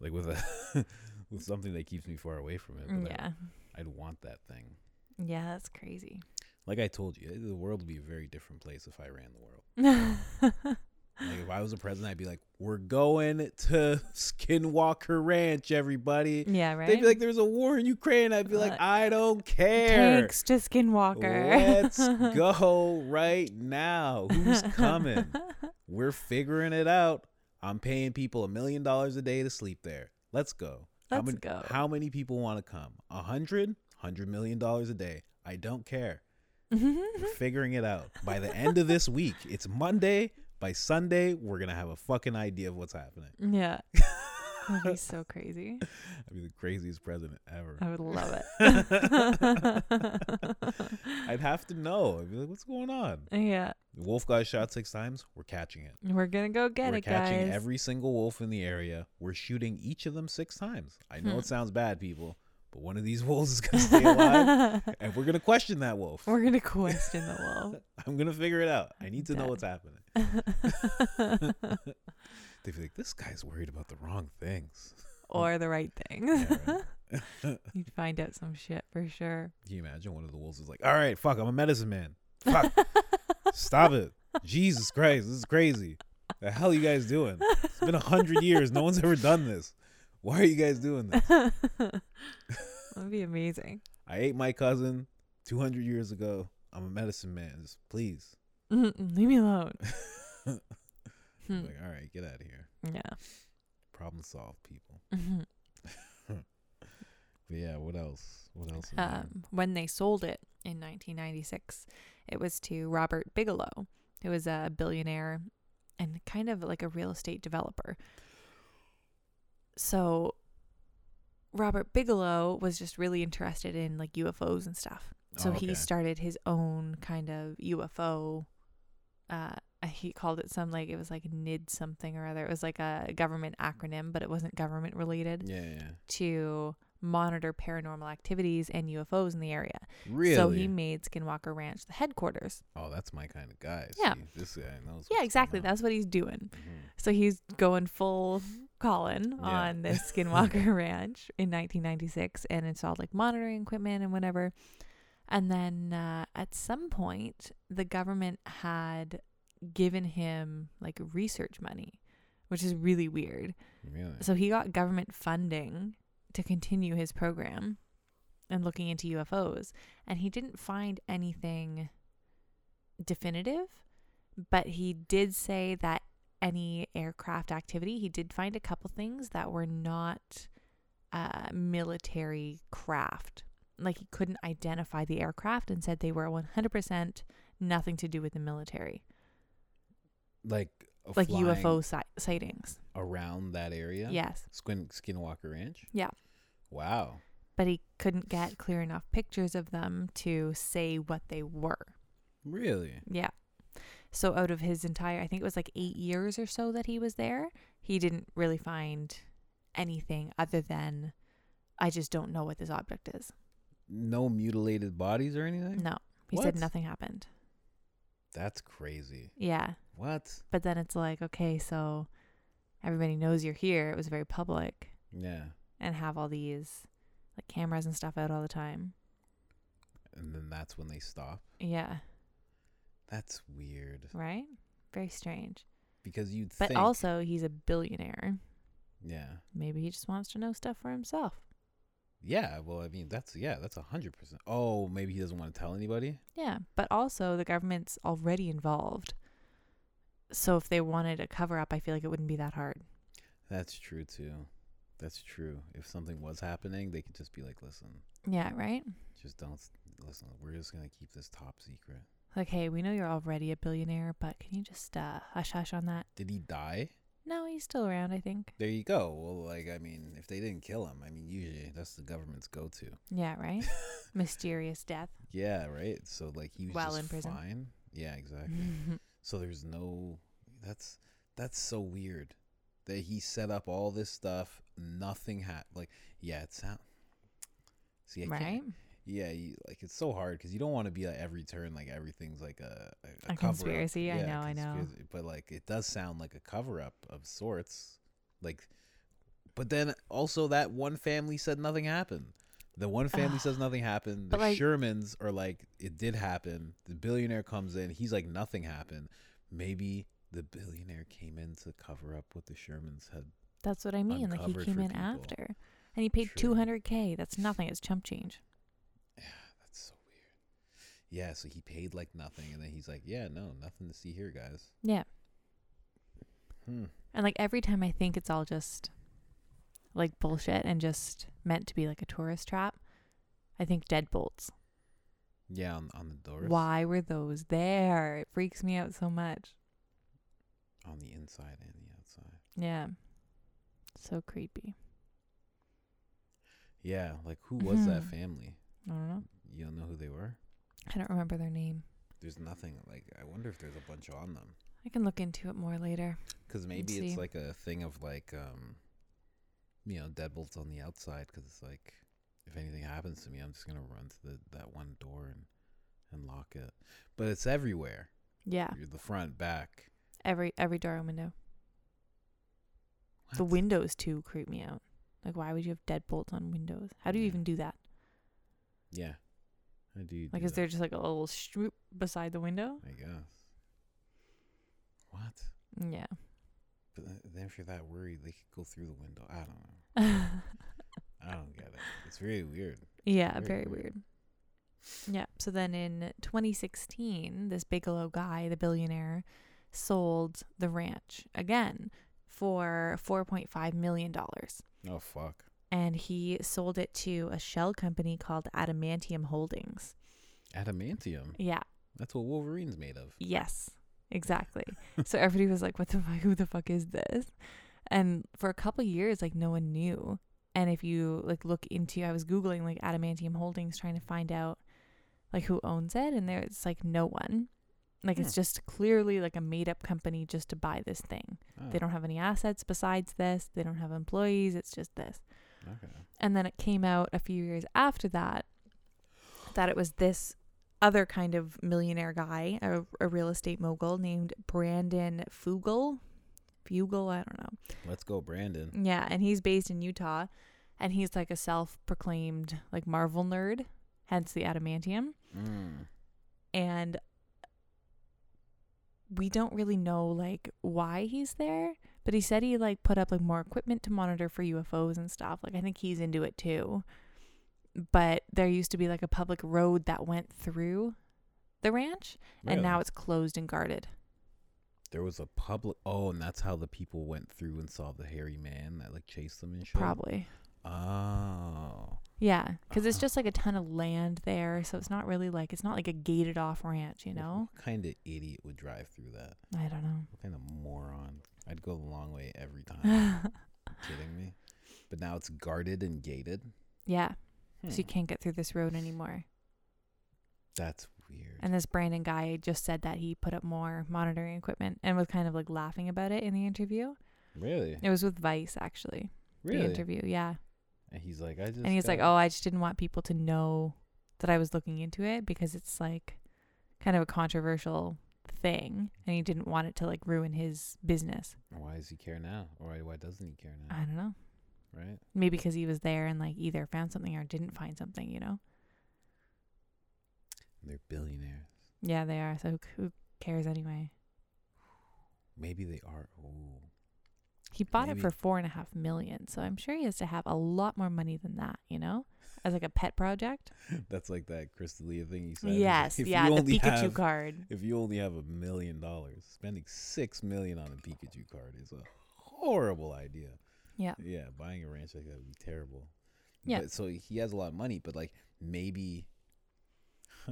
Speaker 1: like with a with something that keeps me far away from it. But
Speaker 2: yeah.
Speaker 1: I, I'd want that thing.
Speaker 2: Yeah, that's crazy.
Speaker 1: Like I told you, the world would be a very different place if I ran the world.
Speaker 2: yeah.
Speaker 1: Like if I was a president, I'd be like, "We're going to Skinwalker Ranch, everybody."
Speaker 2: Right.
Speaker 1: They'd be like, "There's a war in Ukraine." I'd be like,
Speaker 2: Uh,
Speaker 1: "I don't care.
Speaker 2: Thanks to Skinwalker.
Speaker 1: Let's go right now. Who's coming? We're figuring it out. I'm paying people a million dollars a day to sleep there. Let's go. how
Speaker 2: Let's
Speaker 1: many,
Speaker 2: go.
Speaker 1: How many people want to come? A hundred? Hundred million dollars a day. I don't care.
Speaker 2: Mm-hmm.
Speaker 1: We're figuring it out. By the end of this week, it's Monday. By Sunday, we're gonna have a fucking idea of what's happening.
Speaker 2: yeah. That'd be so crazy.
Speaker 1: I'd be the craziest president ever.
Speaker 2: I would love it.
Speaker 1: I'd have to know. I'd be like, what's going on?
Speaker 2: yeah,
Speaker 1: The wolf got shot six times. We're catching it.
Speaker 2: we're gonna go get
Speaker 1: We're
Speaker 2: it,
Speaker 1: catching
Speaker 2: guys.
Speaker 1: every single wolf in the area. We're shooting each of them six times. I know
Speaker 2: Hmm.
Speaker 1: it sounds bad, people, but one of these wolves is going to stay alive, and we're going to question that wolf.
Speaker 2: we're gonna question the
Speaker 1: I'm going to figure it out. I need to know
Speaker 2: Done.
Speaker 1: what's happening.
Speaker 2: wolf
Speaker 1: They'd be like, this guy's worried about the wrong things.
Speaker 2: or the right
Speaker 1: Yeah,
Speaker 2: thing.
Speaker 1: right.
Speaker 2: You'd find out some shit for sure.
Speaker 1: Can you imagine one of the wolves is like, all right, fuck, I'm a medicine man. Fuck, stop it. Jesus Christ, this is crazy. The hell you guys doing? It's been a hundred years. No one's ever done this. Why are you guys doing this?
Speaker 2: That'd be amazing.
Speaker 1: I ate my cousin 200 years ago. I'm a medicine man. Just please.
Speaker 2: Mm-mm, Leave me alone. Hmm.
Speaker 1: Like, all right, get out of here.
Speaker 2: Yeah.
Speaker 1: Problem solved, people.
Speaker 2: Mhm.
Speaker 1: But yeah, what else? What else? is there?
Speaker 2: Um, when they sold it in 1996, it was to Robert Bigelow, who was a billionaire and kind of like a real estate developer. So Robert Bigelow was just really interested in like UFOs and stuff. So
Speaker 1: Oh, okay.
Speaker 2: he started his own kind of UFO. Uh, he called it some like it was like NID something or other. It was like a government acronym, but it wasn't government related
Speaker 1: yeah, yeah, yeah.
Speaker 2: to monitor paranormal activities and UFOs in the area.
Speaker 1: Really?
Speaker 2: So he made Skinwalker Ranch the headquarters.
Speaker 1: oh, that's my kind of guy.
Speaker 2: Yeah.
Speaker 1: See, this guy knows.
Speaker 2: Yeah, exactly. That's what he's doing.
Speaker 1: Mhm.
Speaker 2: So he's going full Colin
Speaker 1: Yeah.
Speaker 2: on this Skinwalker Ranch in 1996 and installed like monitoring equipment and whatever. And then uh, at some point, the government had given him like research money, which is really weird.
Speaker 1: Really?
Speaker 2: So he got government funding to continue his program and looking into UFOs. And he didn't find anything definitive, but he did say that any aircraft activity, he did find a couple things that were not uh, military craft. Like he couldn't identify the aircraft and said they were 100% nothing to do with the military,
Speaker 1: like a
Speaker 2: like
Speaker 1: flying
Speaker 2: UFO si- sightings.
Speaker 1: around that area.
Speaker 2: Yes.
Speaker 1: Skin Skinwalker Ranch.
Speaker 2: Yeah.
Speaker 1: Wow.
Speaker 2: but he couldn't get clear enough pictures of them to say what they were.
Speaker 1: Really?
Speaker 2: Yeah. So out of his entire, I think it was like eight years or so that he was there, he didn't really find anything other than I just don't know what this object is.
Speaker 1: No mutilated bodies or anything?
Speaker 2: No. He said
Speaker 1: Hmm. What?
Speaker 2: nothing happened.
Speaker 1: That's crazy.
Speaker 2: Yeah.
Speaker 1: What?
Speaker 2: But then it's like, okay, so everybody knows you're here. It was very public
Speaker 1: Yeah.
Speaker 2: and have all these like cameras and stuff out all the time.
Speaker 1: And then that's when they stop.
Speaker 2: Yeah.
Speaker 1: That's weird
Speaker 2: Right? Very strange.
Speaker 1: because you'd
Speaker 2: But
Speaker 1: think.
Speaker 2: also, he's a billionaire.
Speaker 1: yeah,
Speaker 2: Maybe he just wants to know stuff for himself.
Speaker 1: yeah. Well, I mean, that's yeah, that's a hundred percent. Oh, maybe he doesn't want to tell anybody.
Speaker 2: Yeah, but also the government's already involved. So if they wanted a cover up, I feel like it wouldn't be that hard.
Speaker 1: That's true too. That's true. If something was happening, they could just be like, "Listen,
Speaker 2: Yeah, right?
Speaker 1: just don't s- listen. We're just gonna keep this top secret."
Speaker 2: Like, hey, we know you're already a billionaire, but can you just uh, hush hush on that?
Speaker 1: Did he die?
Speaker 2: No, he's still around, I think.
Speaker 1: There you go. Well, like, I mean, if they didn't kill him, I mean, usually that's the government's go-to.
Speaker 2: Yeah, right? Mysterious death.
Speaker 1: Yeah, right. So like he was
Speaker 2: While
Speaker 1: just
Speaker 2: in prison.
Speaker 1: fine. Yeah, exactly. So there's no that's that's so weird that he set up all this stuff. Nothing happened. Like yeah, it sound. See, I
Speaker 2: right?
Speaker 1: Can't, yeah, you, like it's so hard because you don't want to be at every turn like everything's like a a,
Speaker 2: A
Speaker 1: cover-up.
Speaker 2: conspiracy, I know, I know.
Speaker 1: conspiracy, But like it does sound like a cover up of sorts. Like, but then also that one family said nothing happened. The one family
Speaker 2: Ugh.
Speaker 1: says nothing happened. The
Speaker 2: But, like-
Speaker 1: Shermans are like, it did happen. The billionaire comes in. He's like, nothing happened. Maybe the billionaire came in to cover up what the Shermans had.
Speaker 2: That's what I mean. Like, he
Speaker 1: Uncovered
Speaker 2: came
Speaker 1: for
Speaker 2: in
Speaker 1: people.
Speaker 2: after. And he paid
Speaker 1: True.
Speaker 2: 200K. That's nothing. It's chump change.
Speaker 1: That's so weird. Yeah, so he paid like nothing. And then he's like, yeah, no, nothing to see here, guys.
Speaker 2: Yeah.
Speaker 1: Hmm.
Speaker 2: And like every time I think it's all just like bullshit and just meant to be like a tourist trap, I think deadbolts.
Speaker 1: Yeah, on, on the doors.
Speaker 2: Why were those there? It freaks me out so much.
Speaker 1: On the inside and the outside.
Speaker 2: Yeah. so creepy.
Speaker 1: Yeah, like who was that
Speaker 2: Mhm.
Speaker 1: family?
Speaker 2: I don't know.
Speaker 1: You don't know who they were?
Speaker 2: I don't remember their name.
Speaker 1: There's nothing like I wonder if there's a bunch on them.
Speaker 2: I can look into it more later.
Speaker 1: Because maybe it's
Speaker 2: see.
Speaker 1: like a thing of like, um, you know, deadbolts on the outside. Because it's like, if anything happens to me, I'm just gonna run to the, that one door and and lock it. But it's everywhere.
Speaker 2: Yeah.
Speaker 1: You're the front, back.
Speaker 2: Every every door and window. The
Speaker 1: What?
Speaker 2: windows too creep me out. Like why would you have deadbolts on windows? How do you
Speaker 1: Yeah.
Speaker 2: even do that?
Speaker 1: Yeah. How do you?
Speaker 2: Like
Speaker 1: do
Speaker 2: is
Speaker 1: that?
Speaker 2: there just like a little shroop beside the window?
Speaker 1: I guess. What?
Speaker 2: Yeah.
Speaker 1: But th- then if you're that worried, they could go through the window. I don't know. I don't get it. It's really weird.
Speaker 2: yeah,
Speaker 1: Very
Speaker 2: very
Speaker 1: weird.
Speaker 2: weird. Yeah. So then in 2016, this Bigelow guy, the billionaire, sold the ranch again for 4.5 million dollars.
Speaker 1: Oh fuck.
Speaker 2: and he sold it to a shell company called Adamantium Holdings.
Speaker 1: Adamantium.
Speaker 2: Yeah.
Speaker 1: That's what Wolverine's made of.
Speaker 2: Yes. Exactly. so everybody was like, "What the fuck? Who the fuck is this?" And for a couple of years, like no one knew. And if you like look into, I was googling like Adamantium Holdings trying to find out like who owns it, and there it's like no one. Like it's
Speaker 1: Hmm.
Speaker 2: just clearly like a made up company just to buy this thing.
Speaker 1: Oh,
Speaker 2: They don't have any assets besides this. They don't have employees. It's just this.
Speaker 1: Okay.
Speaker 2: And then it came out a few years after that that it was this other kind of millionaire guy, a, a real estate mogul named Brandon Fugel. Fugel, I don't know.
Speaker 1: Let's go, Brandon.
Speaker 2: Yeah, and he's based in Utah and he's like a self-proclaimed like Marvel nerd, hence the adamantium.
Speaker 1: Mm.
Speaker 2: And we don't really know like why he's there, but he said he like put up like more equipment to monitor for UFOs and stuff. Like I think he's into it too. But there used to be like a public road that went through the ranch and now
Speaker 1: Really?
Speaker 2: it's closed and guarded.
Speaker 1: there was a public. Oh, and that's how the people went through and saw the hairy man that like chased them and shit.
Speaker 2: Probably.
Speaker 1: Oh,
Speaker 2: Yeah, cuz it's
Speaker 1: Uh-huh.
Speaker 2: just like a ton of land there, so it's not really like it's not like a gated off ranch, you
Speaker 1: Wh-
Speaker 2: know?
Speaker 1: what kind of idiot would drive through that?
Speaker 2: I don't know.
Speaker 1: What kind of moron? I'd go the long way every time. kidding me? But now it's guarded and gated.
Speaker 2: Yeah, so
Speaker 1: Hmm,
Speaker 2: you can't get through this road anymore.
Speaker 1: That's weird.
Speaker 2: And this Brandon guy just said that he put up more monitoring equipment and was kind of like laughing about it in the interview.
Speaker 1: really,
Speaker 2: It was with Vice actually. The
Speaker 1: really.
Speaker 2: interview, yeah.
Speaker 1: And he's like, I just.
Speaker 2: and he's like,
Speaker 1: got-
Speaker 2: "Oh, I just didn't want people to know that I was looking into it because it's like kind of a controversial thing and he didn't want it to like ruin his business."
Speaker 1: Why does he care now? Or why- why doesn't he care now?
Speaker 2: "Oh." I don't know.
Speaker 1: right?
Speaker 2: Maybe because he was there and like either found something or didn't find something, you know.
Speaker 1: They're billionaires.
Speaker 2: Yeah, they are. So who, who cares anyway?
Speaker 1: Maybe they are. Oh,
Speaker 2: He bought
Speaker 1: Maybe.
Speaker 2: it for four and a half million, so I'm sure he has to have a lot more money than that, you know, as like a pet project.
Speaker 1: that's like that Crystalia thing you said. It's
Speaker 2: yes,
Speaker 1: like, if
Speaker 2: yeah,
Speaker 1: you
Speaker 2: the
Speaker 1: only
Speaker 2: Pikachu
Speaker 1: have-
Speaker 2: card.
Speaker 1: If you only have a million dollars, spending six million on a Pikachu card is a horrible idea.
Speaker 2: Yeah.
Speaker 1: Yeah, buying a ranch like that would be terrible.
Speaker 2: Yeah.
Speaker 1: But, so he has a lot of money, but like maybe,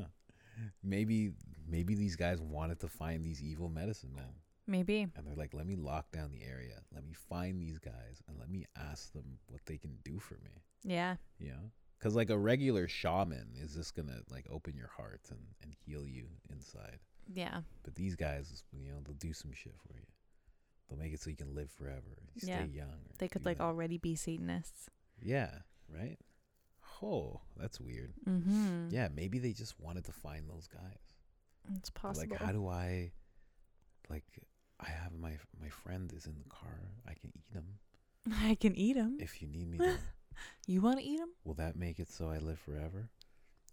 Speaker 1: maybe, maybe these guys wanted to find these evil medicine men,
Speaker 2: Maybe.
Speaker 1: and they're like, "Let me lock down the area. Let me find these guys, and let me ask them what they can do for me."
Speaker 2: Yeah.
Speaker 1: You know, because like a regular shaman is just gonna like open your heart and and heal you inside.
Speaker 2: Yeah.
Speaker 1: But these guys, you know, they'll do some shit for you. They'll make it so you can live forever, you
Speaker 2: Yeah.
Speaker 1: stay young. or
Speaker 2: They could
Speaker 1: do
Speaker 2: like
Speaker 1: that.
Speaker 2: already be Satanists.
Speaker 1: Yeah, right. Oh, that's weird.
Speaker 2: Mm-hmm.
Speaker 1: Yeah, maybe they just wanted to find those guys.
Speaker 2: It's
Speaker 1: They're
Speaker 2: possible.
Speaker 1: Like, how do I? Like, I have my my friend is in the car. I can eat him
Speaker 2: I can eat 'em.
Speaker 1: if you need me. to.
Speaker 2: You want to eat 'em?
Speaker 1: Will that make it so I live forever?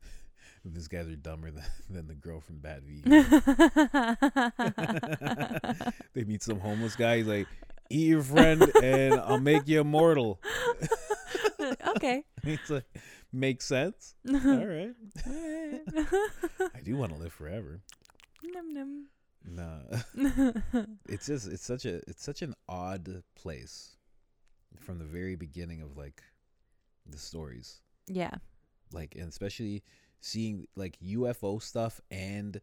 Speaker 1: These guys are dumber than, than the girl from Bad Vegan. they meet some homeless guy. He's like, "Eat your friend, and I'll make you immortal."
Speaker 2: okay.
Speaker 1: it's like makes sense. All right. I do want to live forever.
Speaker 2: Num
Speaker 1: No,
Speaker 2: num.
Speaker 1: it's just it's such a it's such an odd place from the very beginning of like the stories,
Speaker 2: yeah.
Speaker 1: like and especially seeing like UFO stuff and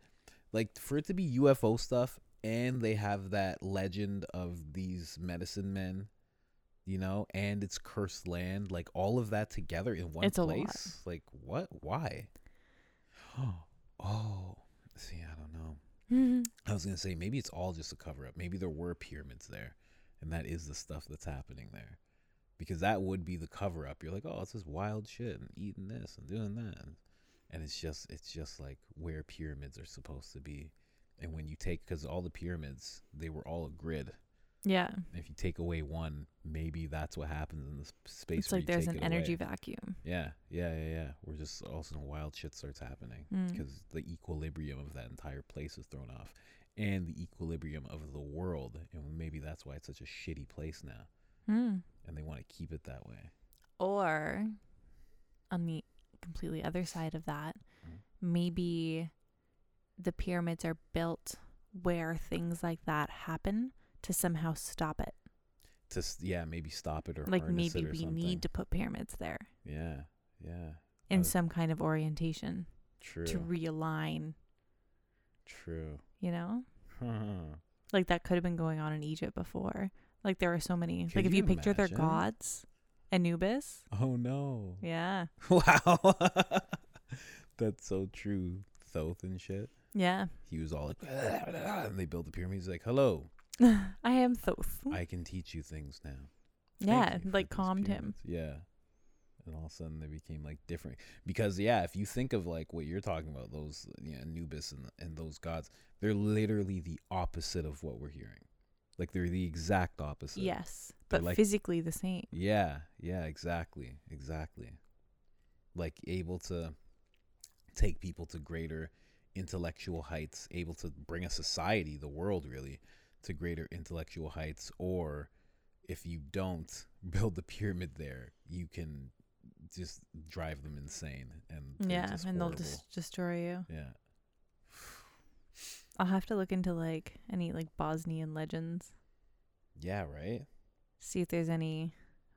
Speaker 1: like for it to be UFO stuff and they have that legend of these medicine men you know, and it's cursed land, like all of that together in one
Speaker 2: It's a lot.
Speaker 1: place. Like what? Why? Oh, see, I don't know. I was gonna say maybe it's all just a cover up. Maybe there were pyramids there, and that is the stuff that's happening there, because that would be the cover up. You're like, oh, it's this wild shit and eating this and doing that, and, and it's just it's just like where pyramids are supposed to be, and when you take because all the pyramids they were all a grid.
Speaker 2: yeah.
Speaker 1: If you take away one, maybe that's what happens in the sp- space.
Speaker 2: It's
Speaker 1: where
Speaker 2: like
Speaker 1: you
Speaker 2: there's
Speaker 1: take
Speaker 2: an
Speaker 1: it away.
Speaker 2: energy vacuum.
Speaker 1: Yeah, yeah, yeah, yeah. Where just all of a sudden wild shit starts happening
Speaker 2: Mm.
Speaker 1: because the equilibrium of that entire place is thrown off and the equilibrium of the world and maybe that's why it's such a shitty place now
Speaker 2: Mm.
Speaker 1: and they want to keep it that way
Speaker 2: Or on the completely other side of that,
Speaker 1: Mhm.
Speaker 2: maybe the pyramids are built where things like that happen to somehow stop it.
Speaker 1: to s- yeah maybe stop it or
Speaker 2: like
Speaker 1: harness
Speaker 2: maybe
Speaker 1: it or
Speaker 2: we
Speaker 1: something.
Speaker 2: need to put pyramids there
Speaker 1: yeah yeah
Speaker 2: in
Speaker 1: Uh,
Speaker 2: some kind of orientation
Speaker 1: true
Speaker 2: to realign,
Speaker 1: true
Speaker 2: you know?
Speaker 1: Huh.
Speaker 2: Like that could have been going on in Egypt before. Like there are so many.
Speaker 1: Could
Speaker 2: like if
Speaker 1: you
Speaker 2: you picture
Speaker 1: imagine?
Speaker 2: their gods, Anubis.
Speaker 1: oh no
Speaker 2: Yeah.
Speaker 1: wow that's so true thoth and shit
Speaker 2: Yeah.
Speaker 1: he was all like and they built the pyramids like hello
Speaker 2: I am Thoth.
Speaker 1: i can teach you things now Thank
Speaker 2: yeah,
Speaker 1: you for
Speaker 2: like
Speaker 1: these
Speaker 2: calmed him.
Speaker 1: pyramids. Yeah. And all of a sudden they became like different because yeah, if you think of like what you're talking about, those you know, Anubis and and those gods, they're literally the opposite of what we're hearing. Like they're the exact opposite.
Speaker 2: Yes,
Speaker 1: they're
Speaker 2: but
Speaker 1: uh, like-
Speaker 2: physically the same.
Speaker 1: Yeah, yeah, exactly, exactly. Like able to take people to greater intellectual heights, able to bring a society, the world really, to greater intellectual heights. Or if you don't build the pyramid there, you can just drive them insane and they're
Speaker 2: Yeah,
Speaker 1: just
Speaker 2: and they'll
Speaker 1: horrible.
Speaker 2: just destroy you.
Speaker 1: yeah.
Speaker 2: I'll have to look into like any like Bosnian legends,
Speaker 1: Yeah, right.
Speaker 2: see if there's any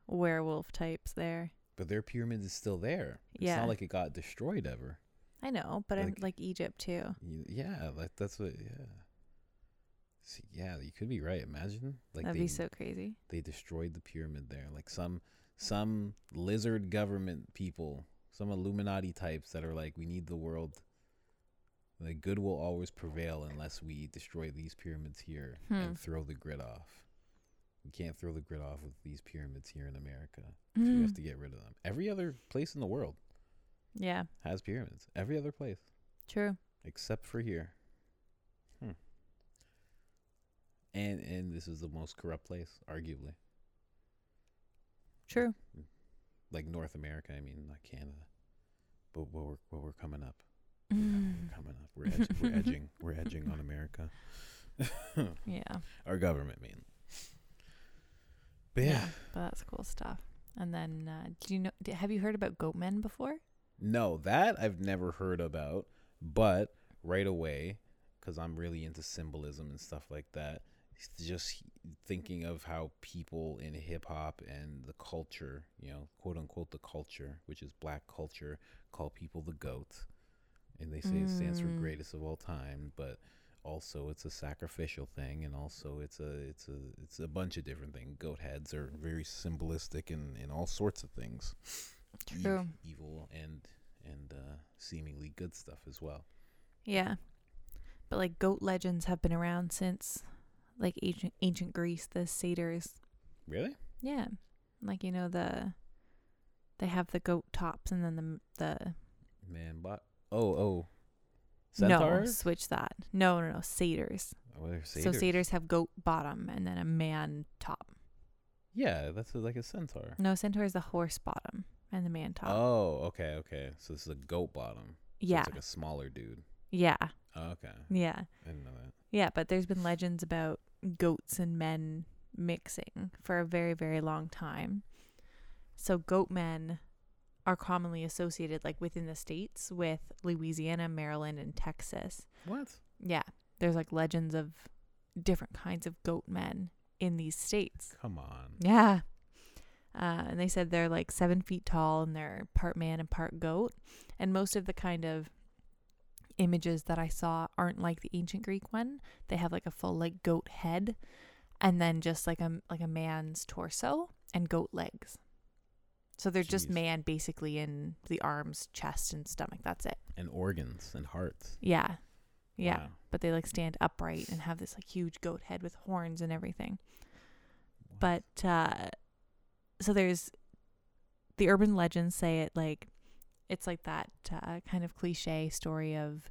Speaker 2: werewolf types there.
Speaker 1: But their pyramid is still there. It's
Speaker 2: Yeah.
Speaker 1: not like it got destroyed ever.
Speaker 2: I know, but I'm
Speaker 1: Like-
Speaker 2: like Egypt too.
Speaker 1: Y- Yeah, like that's what. Yeah. See, yeah, you could be right. Imagine like
Speaker 2: That'd
Speaker 1: they
Speaker 2: be so crazy.
Speaker 1: they destroyed the pyramid there. Like some some lizard government people, some Illuminati types that are like, we need the world. Like good will always prevail unless we destroy these pyramids here
Speaker 2: Hmm.
Speaker 1: and throw the grid off. We can't throw the grid off with these pyramids here in America. So
Speaker 2: Hmm.
Speaker 1: we have to get rid of them. Every other place in the world
Speaker 2: yeah,
Speaker 1: has pyramids. Every other place
Speaker 2: true.
Speaker 1: except for here. Hmm. And and this is the most corrupt place, arguably.
Speaker 2: True.
Speaker 1: Like North America, I mean, not Canada. But what we're what we're coming up, coming up. We're edging, we're edging, we're edging on America.
Speaker 2: yeah.
Speaker 1: Our government mainly. But yeah,
Speaker 2: But that's cool stuff. And then, uh, do you know? d have you heard about goat men before?
Speaker 1: no, that I've never heard about. But right away, because I'm really into symbolism and stuff like that. it's Just thinking of how people in hip hop and the culture, you know, quote unquote, the culture, which is black culture, call people the goat, and they say it stands for
Speaker 2: Mm.
Speaker 1: greatest of all time, but also it's a sacrificial thing, and also it's a it's a it's a bunch of different things. Goat heads are very symbolistic in in all sorts of things, Ev-
Speaker 2: True.
Speaker 1: evil and and uh, seemingly good stuff as well.
Speaker 2: Yeah. But like goat legends have been around since like ancient ancient Greece, the satyrs.
Speaker 1: Really?
Speaker 2: Yeah. Like you know the they have the goat tops and then the the
Speaker 1: Man, but oh, oh,
Speaker 2: no,
Speaker 1: centaurs.
Speaker 2: switch that. No, no, no, satyrs.
Speaker 1: No. Oh, they're
Speaker 2: So satyrs have goat bottom and then a man top.
Speaker 1: Yeah, that's like a centaur.
Speaker 2: No, centaur is the horse bottom and the man top.
Speaker 1: Oh, okay, okay. So this is a goat bottom. So
Speaker 2: yeah.
Speaker 1: it's like a smaller dude.
Speaker 2: yeah.
Speaker 1: Oh, okay,
Speaker 2: Yeah.
Speaker 1: I didn't know that.
Speaker 2: Yeah, but there's been legends about goats and men mixing for a very, very long time. So goat men are commonly associated like within the states with Louisiana, Maryland, and Texas.
Speaker 1: What?
Speaker 2: Yeah, there's like legends of different kinds of goat men in these states.
Speaker 1: Come on.
Speaker 2: Yeah. Uh, and they said they're like seven feet tall and they're part man and part goat. And most of the kind of images that I saw aren't like the ancient Greek one. They have like a full like goat head and then just like a like a man's torso and goat legs. So they're just
Speaker 1: Jeez.
Speaker 2: man basically in the arms, chest, and stomach. That's it.
Speaker 1: and organs and hearts.
Speaker 2: Yeah. Yeah.
Speaker 1: Wow.
Speaker 2: But they like stand upright and have this like huge goat head with horns and everything.
Speaker 1: What?
Speaker 2: But uh so there's the urban legends say it like it's like that uh, kind of cliche story of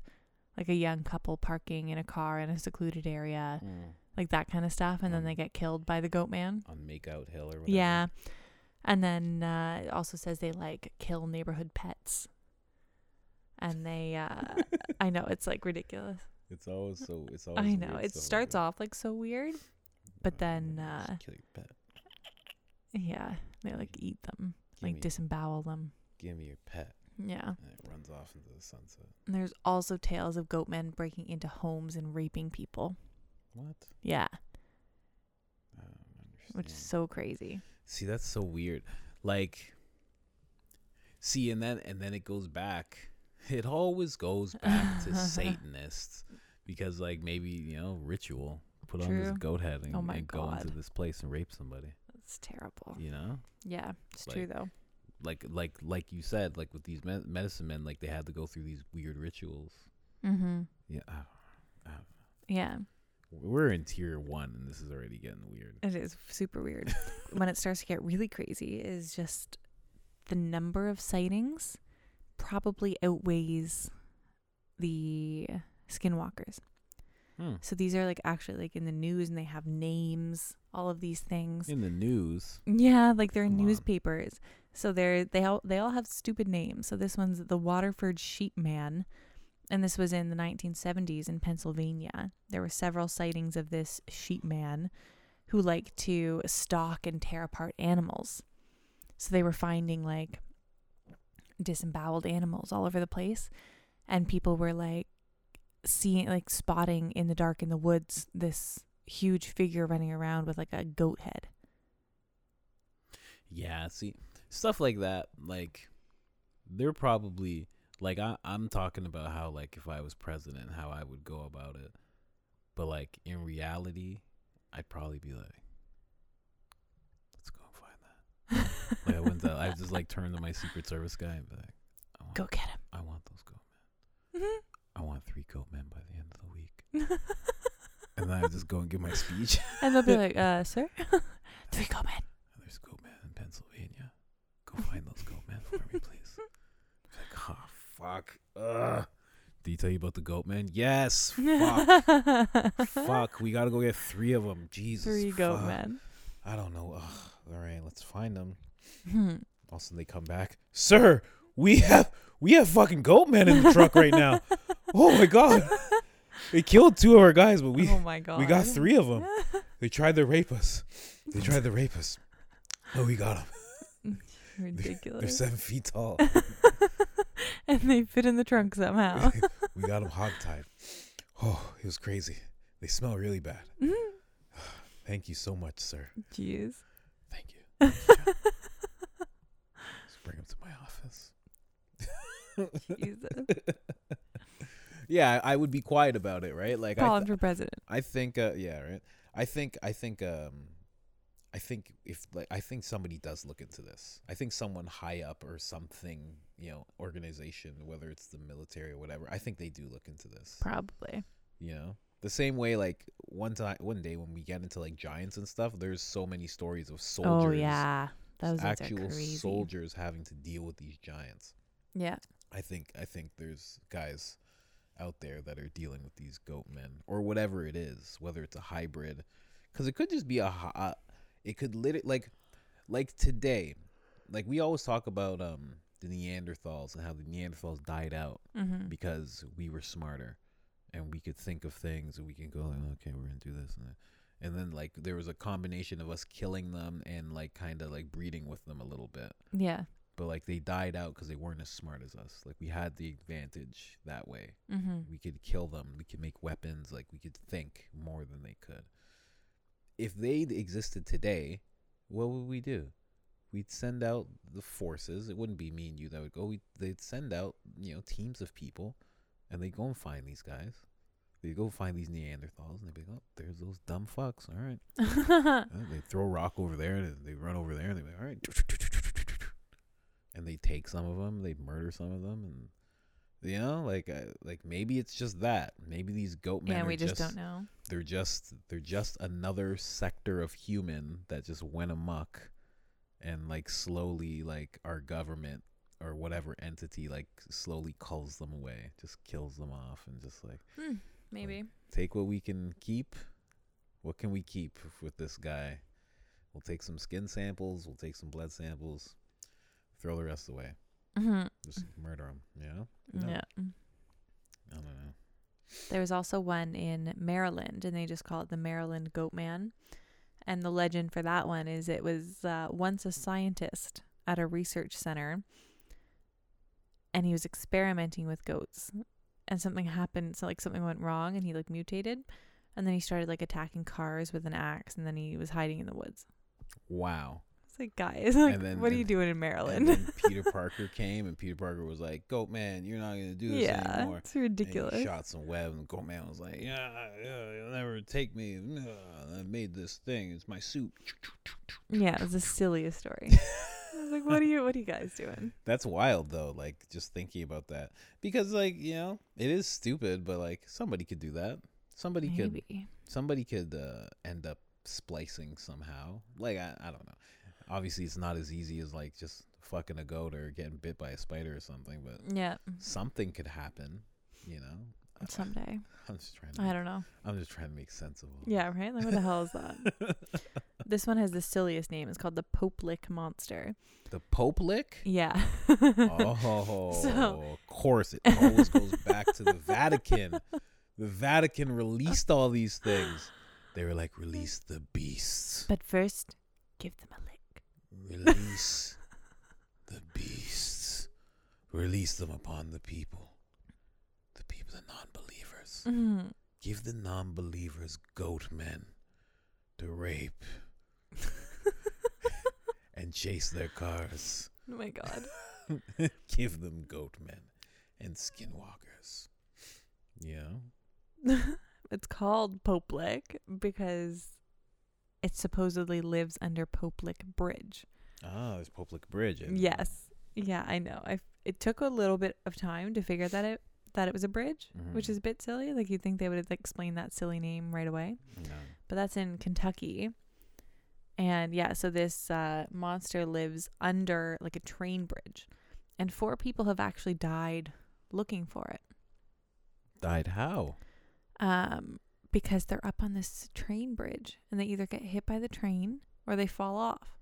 Speaker 2: like a young couple parking in a car in a secluded area,
Speaker 1: Mm.
Speaker 2: like that kind of stuff, and then they
Speaker 1: Mm.
Speaker 2: get killed by the goat man.
Speaker 1: on Makeout Hill or whatever.
Speaker 2: Yeah. And then uh, it also says they like kill neighborhood pets. And they, uh, I know it's like ridiculous.
Speaker 1: It's always so. It's always.
Speaker 2: I know
Speaker 1: weird
Speaker 2: it
Speaker 1: stuff like
Speaker 2: starts
Speaker 1: that.
Speaker 2: off like so weird, but
Speaker 1: Oh,
Speaker 2: then,
Speaker 1: maybe just
Speaker 2: uh,
Speaker 1: kill your pet.
Speaker 2: yeah. They like eat them,
Speaker 1: Give
Speaker 2: like
Speaker 1: me,
Speaker 2: disembowel them.
Speaker 1: give me your pet,
Speaker 2: Yeah.
Speaker 1: and it runs off into the sunset.
Speaker 2: And there's also tales of goat men breaking into homes and raping people.
Speaker 1: What?
Speaker 2: Yeah,
Speaker 1: I don't understand.
Speaker 2: which is so crazy.
Speaker 1: See, that's so weird. Like, see, and then and then it goes back. It always goes back to Satanists because, like, maybe you know, ritual put on this
Speaker 2: True.
Speaker 1: goat head and,
Speaker 2: Oh my
Speaker 1: and go into
Speaker 2: God.
Speaker 1: this place and rape somebody.
Speaker 2: It's terrible.
Speaker 1: You know,
Speaker 2: Yeah, it's true though.
Speaker 1: like like like you said, like with these med- medicine men, like they had to go through these weird rituals.
Speaker 2: Mm-hmm.
Speaker 1: Yeah, I-
Speaker 2: Yeah,
Speaker 1: we're in tier one, and this is already getting weird.
Speaker 2: it is super weird. when it starts to get really crazy is just the number of sightings probably outweighs the skinwalkers.
Speaker 1: Hmm.
Speaker 2: So these are like actually like in the news and they have names, all of these things.
Speaker 1: In the news,
Speaker 2: Yeah, like they're in
Speaker 1: Come on.
Speaker 2: newspapers. So they're they all they all have stupid names. So this one's the Waterford Sheep Man, and this was in the 1970s in Pennsylvania. There were several sightings of this sheep man, who liked to stalk and tear apart animals. So they were finding like disemboweled animals all over the place, and people were like seeing like spotting in the dark in the woods this huge figure running around with like a goat head.
Speaker 1: yeah, see stuff like that. Like they're probably like I, I'm talking about how like if I was president, how I would go about it. But like in reality, I'd probably be like, let's go and find that. Like I wouldn't. I just like turn to my Secret Service guy and be like, I want,
Speaker 2: Go get him.
Speaker 1: I want those goat men. I want three goat men by the end of the week. Mm-hmm. And then I just go and give my speech.
Speaker 2: and they'll be like, uh, sir, three go
Speaker 1: There's goat men in Pennsylvania. Go find those goat men for me, please. It's like, oh, fuck. Ugh. Did he tell you about the goat men? Yes. Fuck.
Speaker 2: men.
Speaker 1: fuck. We got to go get three of them. Jesus.
Speaker 2: Three goat
Speaker 1: fuck.
Speaker 2: men.
Speaker 1: I don't know. Ugh. All right, let's find them.
Speaker 2: Hmm.
Speaker 1: Also, they come back. Sir, we have we have fucking goat men in the truck right now. Oh my god. They killed two of our guys, but we
Speaker 2: oh my god.
Speaker 1: we got three of them. They tried to rape us. They tried to rape us. Oh, we got them. They're
Speaker 2: Ridiculous.
Speaker 1: seven feet tall.
Speaker 2: and they fit in the trunk somehow.
Speaker 1: we got them hogtied. Oh, it was crazy. They smell really bad. Thank you so much, sir.
Speaker 2: Jeez.
Speaker 1: Thank you. Just bring them to my office.
Speaker 2: Jesus.
Speaker 1: Yeah, I I would be quiet about it, right? Like
Speaker 2: Call
Speaker 1: I,
Speaker 2: him for president.
Speaker 1: I think, uh, yeah, right. I think, I think, um, I think if like I think somebody does look into this. I think someone high up or something, you know, organization, whether it's the military or whatever. I think they do look into this.
Speaker 2: Probably.
Speaker 1: You know, the same way like one time, one day when we get into like giants and stuff, there's so many stories of soldiers.
Speaker 2: oh yeah. Those ones are
Speaker 1: actual
Speaker 2: crazy.
Speaker 1: soldiers having to deal with these giants.
Speaker 2: Yeah.
Speaker 1: I think I think there's guys out there that are dealing with these goat men or whatever it is, whether it's a hybrid, because it could just be a, hi- uh it could lit like like today, like we always talk about um the Neanderthals and how the Neanderthals died out
Speaker 2: Mm-hmm.
Speaker 1: because we were smarter and we could think of things and we can go like, "Oh, okay, we're gonna do this and that. And then like there was a combination of us killing them and like kind of like breeding with them a little bit
Speaker 2: Yeah.
Speaker 1: but like they died out because they weren't as smart as us. Like we had the advantage that way.
Speaker 2: Mm-hmm.
Speaker 1: We could kill them. We could make weapons. Like we could think more than they could. If they existed today, what would we do? We'd send out the forces. It wouldn't be me and you that would go. We'd, they'd send out you know teams of people, and they would go and find these guys, they go find these Neanderthals and they be like, oh, there's those dumb fucks. All right.
Speaker 2: yeah.
Speaker 1: Uh, they throw a rock over there and they run over there and they be like, all right. And they take some of them, they murder some of them, and you know, like, I, like maybe it's just that. Maybe these goat men. are
Speaker 2: we just, don't know.
Speaker 1: They're just they're just another sector of human that just went amok, and like slowly, like our government or whatever entity, like slowly culls them away, just kills them off, and just like
Speaker 2: Hmm, maybe.
Speaker 1: take what we can keep. What can we keep with this guy? We'll take some skin samples. We'll take some blood samples. Throw the rest away.
Speaker 2: hmm
Speaker 1: Just murder him. You know? No.
Speaker 2: Yeah.
Speaker 1: I don't know.
Speaker 2: There was also one in Maryland, and they just call it the Maryland Goat Man. And the legend for that one is it was uh, once a scientist at a research center, and he was experimenting with goats, and something happened. So like something went wrong, and he like mutated, and then he started like attacking cars with an axe, and then he was hiding in the woods.
Speaker 1: Wow.
Speaker 2: It's like guys, like
Speaker 1: then-
Speaker 2: what are
Speaker 1: and-
Speaker 2: you doing in
Speaker 1: And
Speaker 2: Maryland?
Speaker 1: then Peter Parker came, and Peter Parker was like, "Goat Man, you're not gonna do this
Speaker 2: yeah,
Speaker 1: anymore."
Speaker 2: it's
Speaker 1: And he
Speaker 2: ridiculous.
Speaker 1: shot some web, and Goat Man was like, "Yeah, yeah, you'll never take me. Ugh, I made this thing. It's my suit."
Speaker 2: Yeah, it was the silliest story. I was like, what are you, what are you guys doing?
Speaker 1: That's wild though, like just thinking about that. Because like, you know, it is stupid, but like somebody could do that. Somebody could
Speaker 2: Maybe.
Speaker 1: somebody could uh, end up splicing somehow. Like I, I don't know. Obviously it's not as easy as like just fucking a goat or getting bit by a spider or something, but
Speaker 2: Yeah,
Speaker 1: something could happen, you know. I-
Speaker 2: someday.
Speaker 1: I'm just trying to
Speaker 2: I
Speaker 1: make,
Speaker 2: don't know.
Speaker 1: I'm just trying to make sense of all
Speaker 2: Yeah, right? Like, what the hell is that? this one has the silliest name. It's called the Pope Lick Monster.
Speaker 1: the Pope lick?
Speaker 2: Yeah.
Speaker 1: Oh, of course it always goes back to the Vatican. The Vatican released all these things. They were like, release the beasts.
Speaker 2: But first, give them a lick.
Speaker 1: Release the beasts. Release them upon the people. The people, the non believers.
Speaker 2: Mm.
Speaker 1: Give the non believers goat men to rape and chase their cars.
Speaker 2: oh my God.
Speaker 1: Give them goat men and skinwalkers. Yeah.
Speaker 2: it's called Pope Lick because it supposedly lives under Pope Lick Bridge.
Speaker 1: Ah, there's Public Bridge. and-
Speaker 2: Yes. Yeah, I know. I it took a little bit of time to figure that it that it was a bridge, which
Speaker 1: Mhm.
Speaker 2: is a bit silly. Like you'd think they would have explained that silly name right away.
Speaker 1: No.
Speaker 2: but that's in Kentucky. And yeah, so this uh, monster lives under like a train bridge, and four people have actually died looking for it
Speaker 1: Died how?
Speaker 2: um, because they're up on this train bridge and they either get hit by the train or they fall off.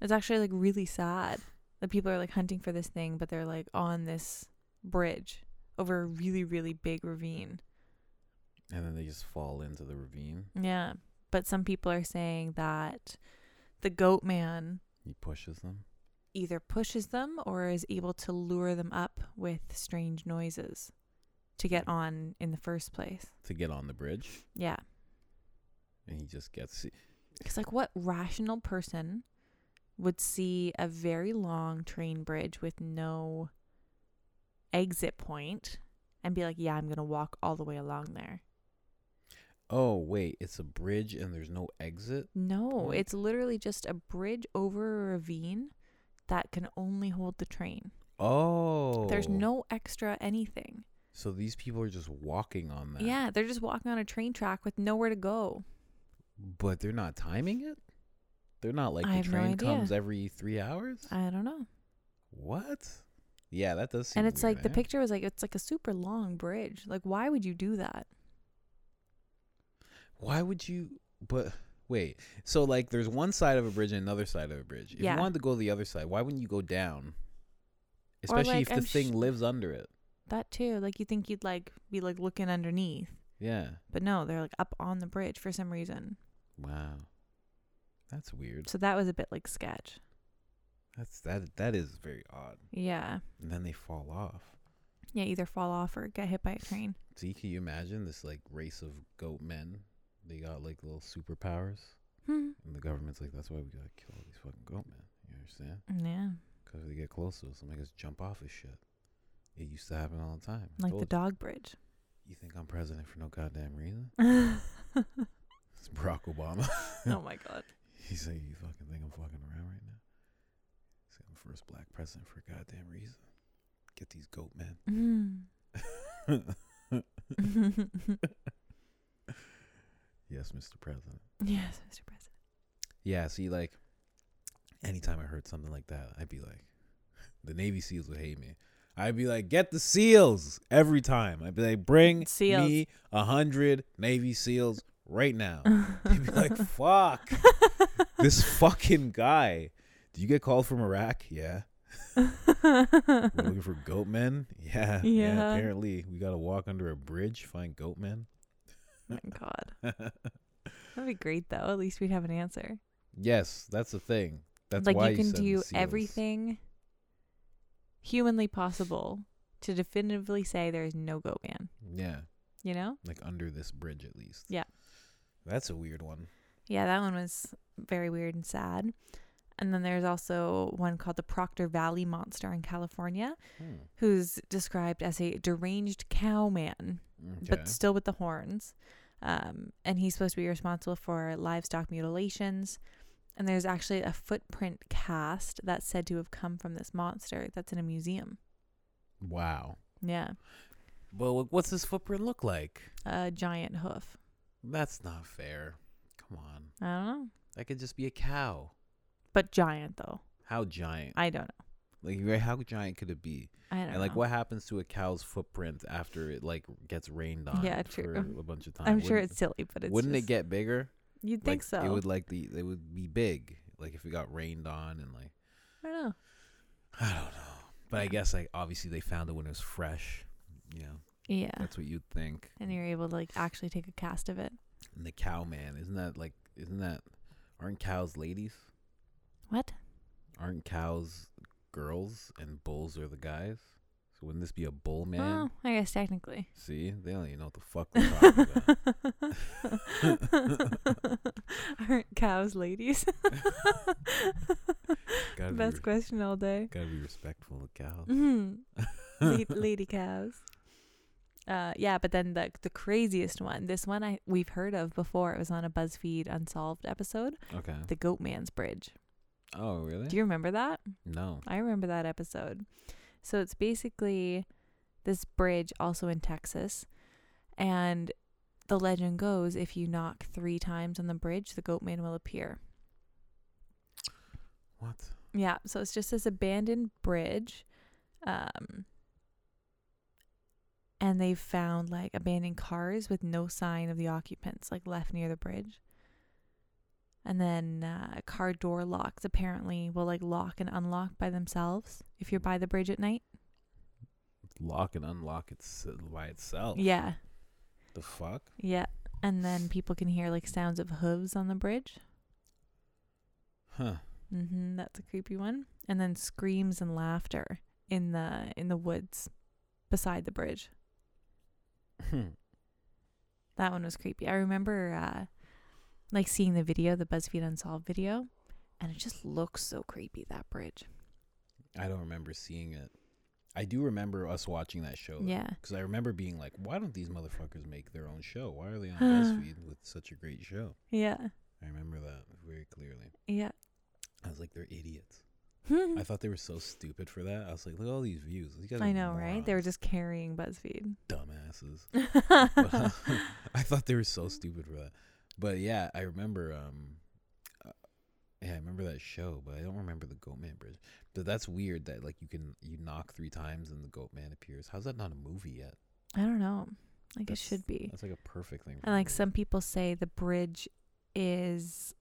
Speaker 2: It's actually like really sad that people are like hunting for this thing, but they're like on this bridge over a really, really big ravine.
Speaker 1: And then they just fall into the ravine.
Speaker 2: Yeah. But some people are saying that the goat man
Speaker 1: He pushes them.
Speaker 2: either pushes them or is able to lure them up with strange noises to get on in the first place.
Speaker 1: to get on the bridge
Speaker 2: Yeah.
Speaker 1: and he just gets
Speaker 2: Because, like, what rational person would see a very long train bridge with no exit point and be like, yeah, I'm going to walk all the way along there?
Speaker 1: oh wait it's a bridge and there's no exit
Speaker 2: No,
Speaker 1: Mm.
Speaker 2: it's literally just a bridge over a ravine that can only hold the train.
Speaker 1: oh
Speaker 2: There's no extra anything.
Speaker 1: so these people are just walking on that
Speaker 2: Yeah, they're just walking on a train track with nowhere to go.
Speaker 1: but they're not timing it they're not like
Speaker 2: I
Speaker 1: the
Speaker 2: have no
Speaker 1: train
Speaker 2: idea.
Speaker 1: comes every three hours
Speaker 2: I don't know.
Speaker 1: what yeah that does seem
Speaker 2: and it's
Speaker 1: weird,
Speaker 2: like the
Speaker 1: eh?
Speaker 2: picture was like it's like a super long bridge. Like why would you do that?
Speaker 1: why would you but wait so like there's one side of a bridge and another side of a bridge if
Speaker 2: Yeah.
Speaker 1: you wanted to go the other side why wouldn't you go down especially
Speaker 2: like,
Speaker 1: if the
Speaker 2: I'm sh-
Speaker 1: thing lives under it
Speaker 2: That too. Like you think you'd like be like looking underneath,
Speaker 1: yeah
Speaker 2: but no, they're like up on the bridge for some reason.
Speaker 1: wow that's weird
Speaker 2: So that was a bit like sketch.
Speaker 1: That's that. That is very odd.
Speaker 2: Yeah.
Speaker 1: And then they fall off.
Speaker 2: Yeah, either fall off or get hit by a train.
Speaker 1: See, can you imagine this like race of goat men? They got like little superpowers,
Speaker 2: Hmm.
Speaker 1: and the government's like, "That's why we gotta kill all these fucking goat men." You understand?
Speaker 2: Yeah.
Speaker 1: Because they get close to us, and make us jump off his shit. It used to happen all the time. I
Speaker 2: Like
Speaker 1: told
Speaker 2: the
Speaker 1: you.
Speaker 2: dog bridge.
Speaker 1: You think I'm president for no goddamn reason?
Speaker 2: oh
Speaker 1: It's Barack Obama.
Speaker 2: my god.
Speaker 1: He's like, you fucking think I'm fucking around right now? He's like, I'm the first black president for a goddamn reason. Get these goat men.
Speaker 2: Mm.
Speaker 1: yes, Mr. President.
Speaker 2: yes, Mr. President.
Speaker 1: Yeah, see, like, anytime I heard something like that, I'd be like, the Navy SEALs would hate me. I'd be like, get the SEALs every time. I'd be like, bring
Speaker 2: SEALs.
Speaker 1: me a hundred Navy SEALs right now. Oh, They'd be like, fuck, this fucking guy. Do you get called from Iraq? Yeah.
Speaker 2: Oh
Speaker 1: We're looking for goat men? Yeah.
Speaker 2: Yeah.
Speaker 1: Apparently, we got to walk under a bridge, find goat men.
Speaker 2: my god. That'd be great though. At least we'd have an answer.
Speaker 1: yes, that's the thing. That's
Speaker 2: like
Speaker 1: why
Speaker 2: you can
Speaker 1: send the
Speaker 2: do
Speaker 1: SEALs.
Speaker 2: everything humanly possible to definitively say there is no goat man.
Speaker 1: Yeah.
Speaker 2: You know?
Speaker 1: like under this bridge at least.
Speaker 2: Yeah.
Speaker 1: That's a weird one.
Speaker 2: Yeah, that one was very weird and sad. And then there's also one called the Proctor Valley Monster in California,
Speaker 1: Hmm.
Speaker 2: who's described as a deranged cowman,
Speaker 1: Okay.
Speaker 2: but still with the horns. Um, and he's supposed to be responsible for livestock mutilations. And there's actually a footprint cast that's said to have come from this monster that's in a museum.
Speaker 1: wow.
Speaker 2: Yeah,
Speaker 1: Well, wh- what's this footprint look like?
Speaker 2: a giant hoof.
Speaker 1: That's not fair. Come on.
Speaker 2: I don't know,
Speaker 1: That could just be a cow.
Speaker 2: but giant though.
Speaker 1: How giant?
Speaker 2: I don't know.
Speaker 1: Like, right, how giant could it be?
Speaker 2: I don't
Speaker 1: And
Speaker 2: know.
Speaker 1: like, what happens to a cow's footprint after it like gets rained on?
Speaker 2: Yeah, true.
Speaker 1: For a bunch of times.
Speaker 2: I'm sure it's silly, but it's
Speaker 1: Wouldn't
Speaker 2: just,
Speaker 1: it get bigger?
Speaker 2: You'd think
Speaker 1: Like,
Speaker 2: so.
Speaker 1: It would like the it would be big. Like if it got rained on and like
Speaker 2: I don't know.
Speaker 1: I don't know. But I
Speaker 2: Yeah.
Speaker 1: guess like obviously they found it when it was fresh. You know,
Speaker 2: Yeah.
Speaker 1: that's what you'd think.
Speaker 2: and you're able to like actually take a cast of it.
Speaker 1: and the cow man isn't that like isn't that aren't cows ladies
Speaker 2: What?
Speaker 1: aren't cows girls and bulls are the guys so wouldn't this be a bull man
Speaker 2: Well, I guess technically.
Speaker 1: see they don't even know what the fuck they're talking about
Speaker 2: Aren't cows ladies?
Speaker 1: gotta, be, Oh.
Speaker 2: Best
Speaker 1: re-
Speaker 2: question all day.
Speaker 1: gotta be respectful of cows
Speaker 2: Mhm. La- lady cows. Uh, yeah, but then the the craziest one. This one I we've heard of before. It was on a BuzzFeed Unsolved episode,
Speaker 1: okay
Speaker 2: the Goat Man's Bridge.
Speaker 1: oh really
Speaker 2: Do you remember that?
Speaker 1: no
Speaker 2: I remember that episode. So it's basically this bridge also in Texas. And the legend goes if you knock three times on the bridge, the goat man will appear.
Speaker 1: what
Speaker 2: Yeah, so it's just this abandoned bridge. Um and they've found like abandoned cars with no sign of the occupants like left near the bridge. And then uh, car door locks apparently will like lock and unlock by themselves if you're by the bridge at night.
Speaker 1: lock and unlock it by itself
Speaker 2: Yeah.
Speaker 1: the fuck
Speaker 2: Yeah. And then people can hear like sounds of hooves on the bridge.
Speaker 1: huh
Speaker 2: Mhm, that's a creepy one. And then screams and laughter in the in the woods beside the bridge.
Speaker 1: Hmm.
Speaker 2: That one was creepy. I remember uh like seeing the video, the BuzzFeed Unsolved video, and it just looks so creepy that bridge.
Speaker 1: i don't remember seeing it i do remember us watching that show though.
Speaker 2: Yeah.
Speaker 1: Because I remember being like, why don't these motherfuckers make their own show? Why are they on BuzzFeed with such a great show?
Speaker 2: Yeah.
Speaker 1: I remember that very clearly.
Speaker 2: Yeah.
Speaker 1: I was like, they're idiots. I
Speaker 2: I,
Speaker 1: thought they were so stupid for that. I was like, look at all these views. These guys are
Speaker 2: know, right? They were
Speaker 1: morons,
Speaker 2: just carrying BuzzFeed.
Speaker 1: dumbasses. But, I thought they were so stupid for that. But yeah, I remember. um uh, yeah, I remember that show, but I don't remember the Goatman Bridge. But that's weird that like you can you knock three times and the Goatman appears. How's that not a movie yet?
Speaker 2: I don't know. Like it
Speaker 1: That's-
Speaker 2: should be.
Speaker 1: That's like a perfect thing. for a
Speaker 2: And like
Speaker 1: movie.
Speaker 2: some people say the bridge is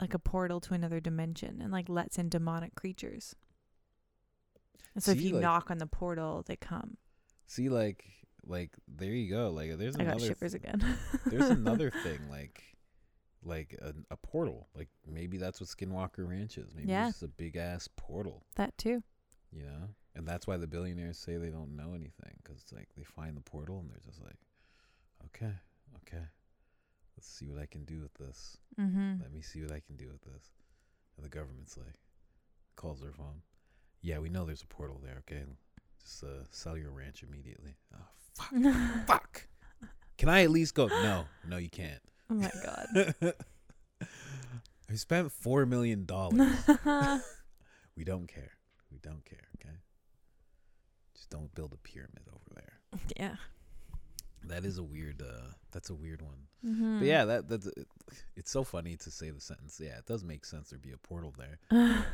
Speaker 2: like a portal to another dimension and like lets in demonic creatures. And so if
Speaker 1: See,
Speaker 2: you
Speaker 1: like-
Speaker 2: knock on the portal, they come.
Speaker 1: See, like, like there you go. Like, there's
Speaker 2: I
Speaker 1: another.
Speaker 2: got shivers
Speaker 1: th-
Speaker 2: again.
Speaker 1: there's another thing, like, like a, a portal. Like maybe that's what Skinwalker Ranch is. Maybe
Speaker 2: Yeah.
Speaker 1: it's just a big ass portal.
Speaker 2: that too.
Speaker 1: You know, and that's why the billionaires say they don't know anything because like they find the portal and they're just like, okay, okay, let's see what I can do with this.
Speaker 2: Mm-hmm.
Speaker 1: Let me see what I can do with this. And the government's like, calls their phone. Yeah, we know there's a portal there. Okay, just uh, sell your ranch immediately. Oh fuck, fuck. Can I at least go? No, no, you can't.
Speaker 2: Oh my god.
Speaker 1: I spent four million dollars. we don't care. We don't care. Okay. Just don't build a pyramid over there.
Speaker 2: yeah.
Speaker 1: That is a weird. Uh, that's a weird one.
Speaker 2: Mhm.
Speaker 1: But yeah, that that's it's so funny to say the sentence. Yeah, it does make sense there'd be a portal there.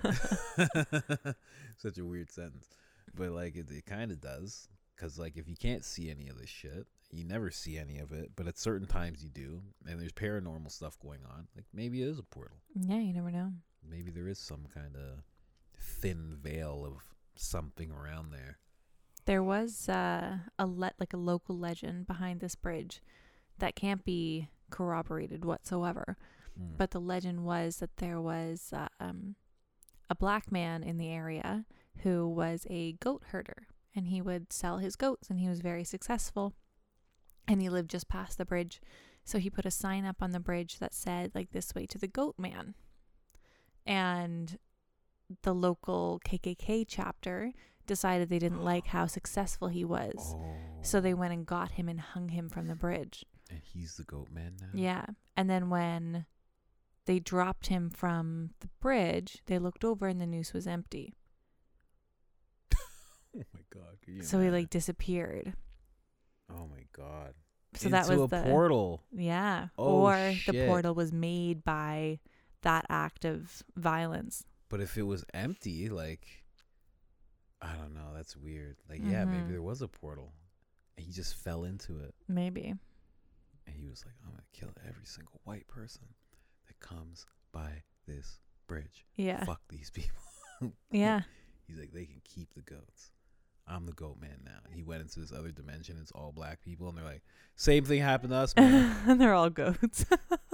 Speaker 1: Such a weird sentence, but like it, it kind of does because like if you can't see any of this shit, you never see any of it. But at certain times you do, and there's paranormal stuff going on. Like maybe it is a portal.
Speaker 2: yeah, you never know.
Speaker 1: Maybe there is some kind of thin veil of something around there.
Speaker 2: There was uh, a let like a local legend behind this bridge that can't be corroborated whatsoever.
Speaker 1: Mm.
Speaker 2: But the legend was that there was uh, um, a black man in the area who was a goat herder, and he would sell his goats, and he was very successful. And he lived just past the bridge, so he put a sign up on the bridge that said like this way to the goat man. And the local KKK chapter decided they didn't like how successful he was.
Speaker 1: oh,
Speaker 2: So they went and got him and hung him from the bridge.
Speaker 1: and he's the goat man now.
Speaker 2: Yeah. And then when they dropped him from the bridge, they looked over and the noose was empty.
Speaker 1: Oh my god. could you
Speaker 2: so he
Speaker 1: imagine?
Speaker 2: like disappeared.
Speaker 1: Oh my god.
Speaker 2: So that
Speaker 1: Into
Speaker 2: was
Speaker 1: a
Speaker 2: the
Speaker 1: portal.
Speaker 2: Yeah.
Speaker 1: Oh,
Speaker 2: or the
Speaker 1: shit.
Speaker 2: portal was made by that act of violence.
Speaker 1: But if it was empty, like I don't know, that's weird. Like yeah,
Speaker 2: Mhm.
Speaker 1: maybe there was a portal. And he just fell into it
Speaker 2: Maybe.
Speaker 1: and he was like, I'm gonna kill every single white person that comes by this bridge.
Speaker 2: Yeah.
Speaker 1: Fuck these people.
Speaker 2: Yeah.
Speaker 1: He's like, they can keep the goats. I'm the goat man now. And he went into this other dimension, it's all black people, and they're like, Same thing happened to us, man.
Speaker 2: They're all goats.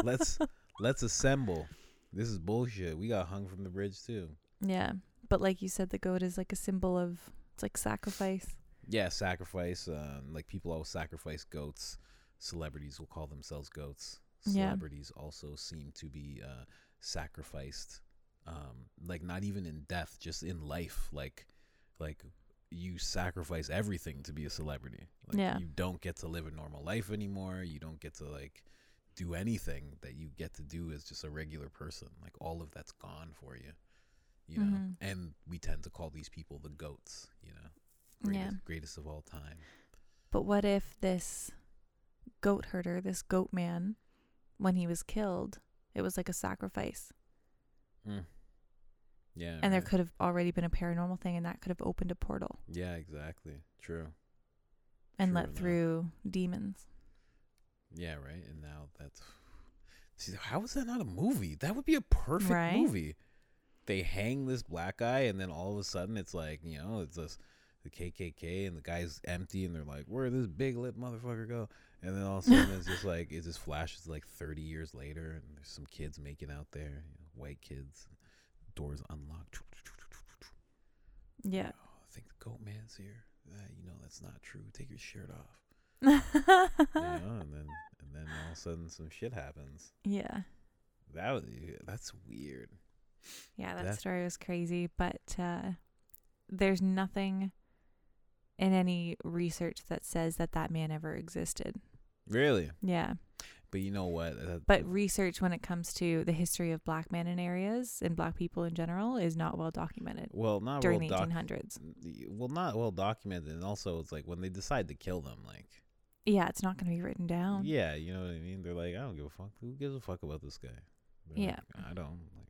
Speaker 1: let's let's assemble. This is bullshit. We got hung from the bridge too.
Speaker 2: Yeah. But like you said, the goat is like a symbol of it's like sacrifice.
Speaker 1: Yeah, sacrifice. Um, like people always sacrifice goats. Celebrities will call themselves goats.
Speaker 2: Yeah.
Speaker 1: Celebrities also seem to be uh, sacrificed. Um, like not even in death, just in life. Like, like you sacrifice everything to be a celebrity. Like,
Speaker 2: Yeah.
Speaker 1: You don't get to live a normal life anymore. You don't get to like do anything that you get to do as just a regular person. Like all of that's gone for you. You know.
Speaker 2: Mhm.
Speaker 1: And we tend to call these people the goats. You know greatest,
Speaker 2: Yeah.
Speaker 1: greatest of all time.
Speaker 2: But what if this goat herder, this goat man, when he was killed, it was like a sacrifice?
Speaker 1: Yeah,
Speaker 2: And there
Speaker 1: right.
Speaker 2: could have already been a paranormal thing, and that could have opened a portal
Speaker 1: yeah, exactly, true.
Speaker 2: and
Speaker 1: True
Speaker 2: let
Speaker 1: enough.
Speaker 2: through demons.
Speaker 1: Yeah, right. And now that's see, how is that not a movie? That would be a perfect
Speaker 2: Right?
Speaker 1: movie. They hang this black guy, and then all of a sudden, it's like you know, it's this the KKK, and the guy's empty, and they're like, "Where did this big lip motherfucker go?" And then all of a sudden, it's just like it just flashes like thirty years later, and there's some kids making out there, you know, white kids, doors unlocked.
Speaker 2: Yeah.
Speaker 1: Oh, I think the goat man's here. Uh, you know that's not true. Take your shirt off. You know, and then and then all of a sudden some shit happens.
Speaker 2: yeah.
Speaker 1: That was, that's weird.
Speaker 2: Yeah, that
Speaker 1: That-
Speaker 2: story was crazy, but uh, there's nothing in any research that says that that man ever existed.
Speaker 1: Really.
Speaker 2: Yeah.
Speaker 1: But you know what? Uh,
Speaker 2: But research when it comes to the history of black men in areas and black people in general is not well documented
Speaker 1: well, not
Speaker 2: during
Speaker 1: well
Speaker 2: the
Speaker 1: doc-
Speaker 2: 1800s.
Speaker 1: well, not well documented, and also it's like when they decide to kill them, like
Speaker 2: Yeah, it's not going to be written down.
Speaker 1: yeah, you know what I mean. They're like, I don't give a fuck. Who gives a fuck about this guy? They're
Speaker 2: Yeah.
Speaker 1: like, I don't like.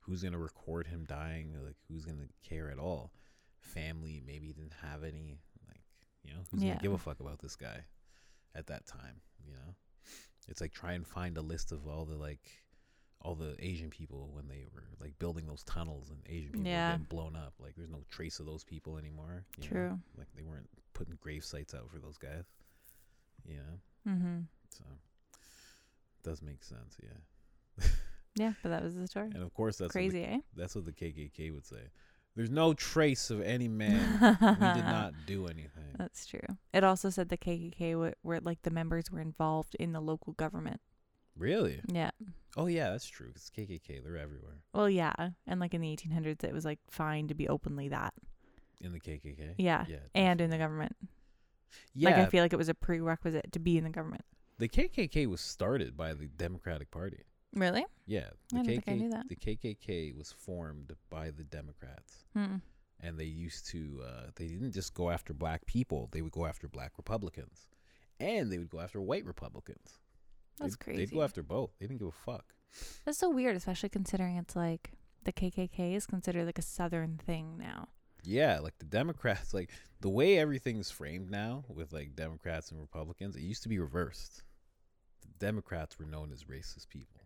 Speaker 1: Who's gonna record him dying? Like, who's gonna care at all? Family maybe didn't have any. Like, you know, who's
Speaker 2: Yeah.
Speaker 1: gonna give a fuck about this guy at that time? You know, it's like try and find a list of all the like all the Asian people when they were like building those tunnels and Asian people
Speaker 2: Yeah.
Speaker 1: getting blown up. Like, there's no trace of those people anymore. you know?
Speaker 2: True.
Speaker 1: Like, they weren't putting grave sites out for those guys. You know.
Speaker 2: Mm-hmm.
Speaker 1: So does make sense, yeah.
Speaker 2: Yeah, but that was the story.
Speaker 1: and of course that's What
Speaker 2: Crazy, eh?
Speaker 1: the, that's what the KKK would say. There's no trace of any man. we did not do anything.
Speaker 2: That's true. It also said the KKK w- were like the members were involved in the local government.
Speaker 1: Really?
Speaker 2: Yeah.
Speaker 1: Oh yeah, that's true. It's KKK. They're everywhere
Speaker 2: Well, yeah. And like in the 1800s, it was like fine to be openly that.
Speaker 1: in the KKK.
Speaker 2: Yeah.
Speaker 1: Yeah.
Speaker 2: And in the
Speaker 1: definitely.
Speaker 2: government.
Speaker 1: Yeah,
Speaker 2: Like I feel like it was a prerequisite to be in the government.
Speaker 1: the KKK was started by the Democratic Party.
Speaker 2: Really?
Speaker 1: Yeah,
Speaker 2: I
Speaker 1: the
Speaker 2: don't think I
Speaker 1: KK
Speaker 2: knew that.
Speaker 1: the KKK was formed by the Democrats,
Speaker 2: Mm.
Speaker 1: and they used to uh, they didn't just go after black people; they would go after black Republicans, and they would go after white Republicans.
Speaker 2: That's
Speaker 1: They'd- They'd
Speaker 2: crazy.
Speaker 1: go after both. They didn't give a fuck.
Speaker 2: That's so weird, especially considering it's like the KKK is considered like a southern thing now.
Speaker 1: Yeah, like the Democrats, like the way everything's framed now with like Democrats and Republicans, it used to be reversed. The Democrats were known as racist people.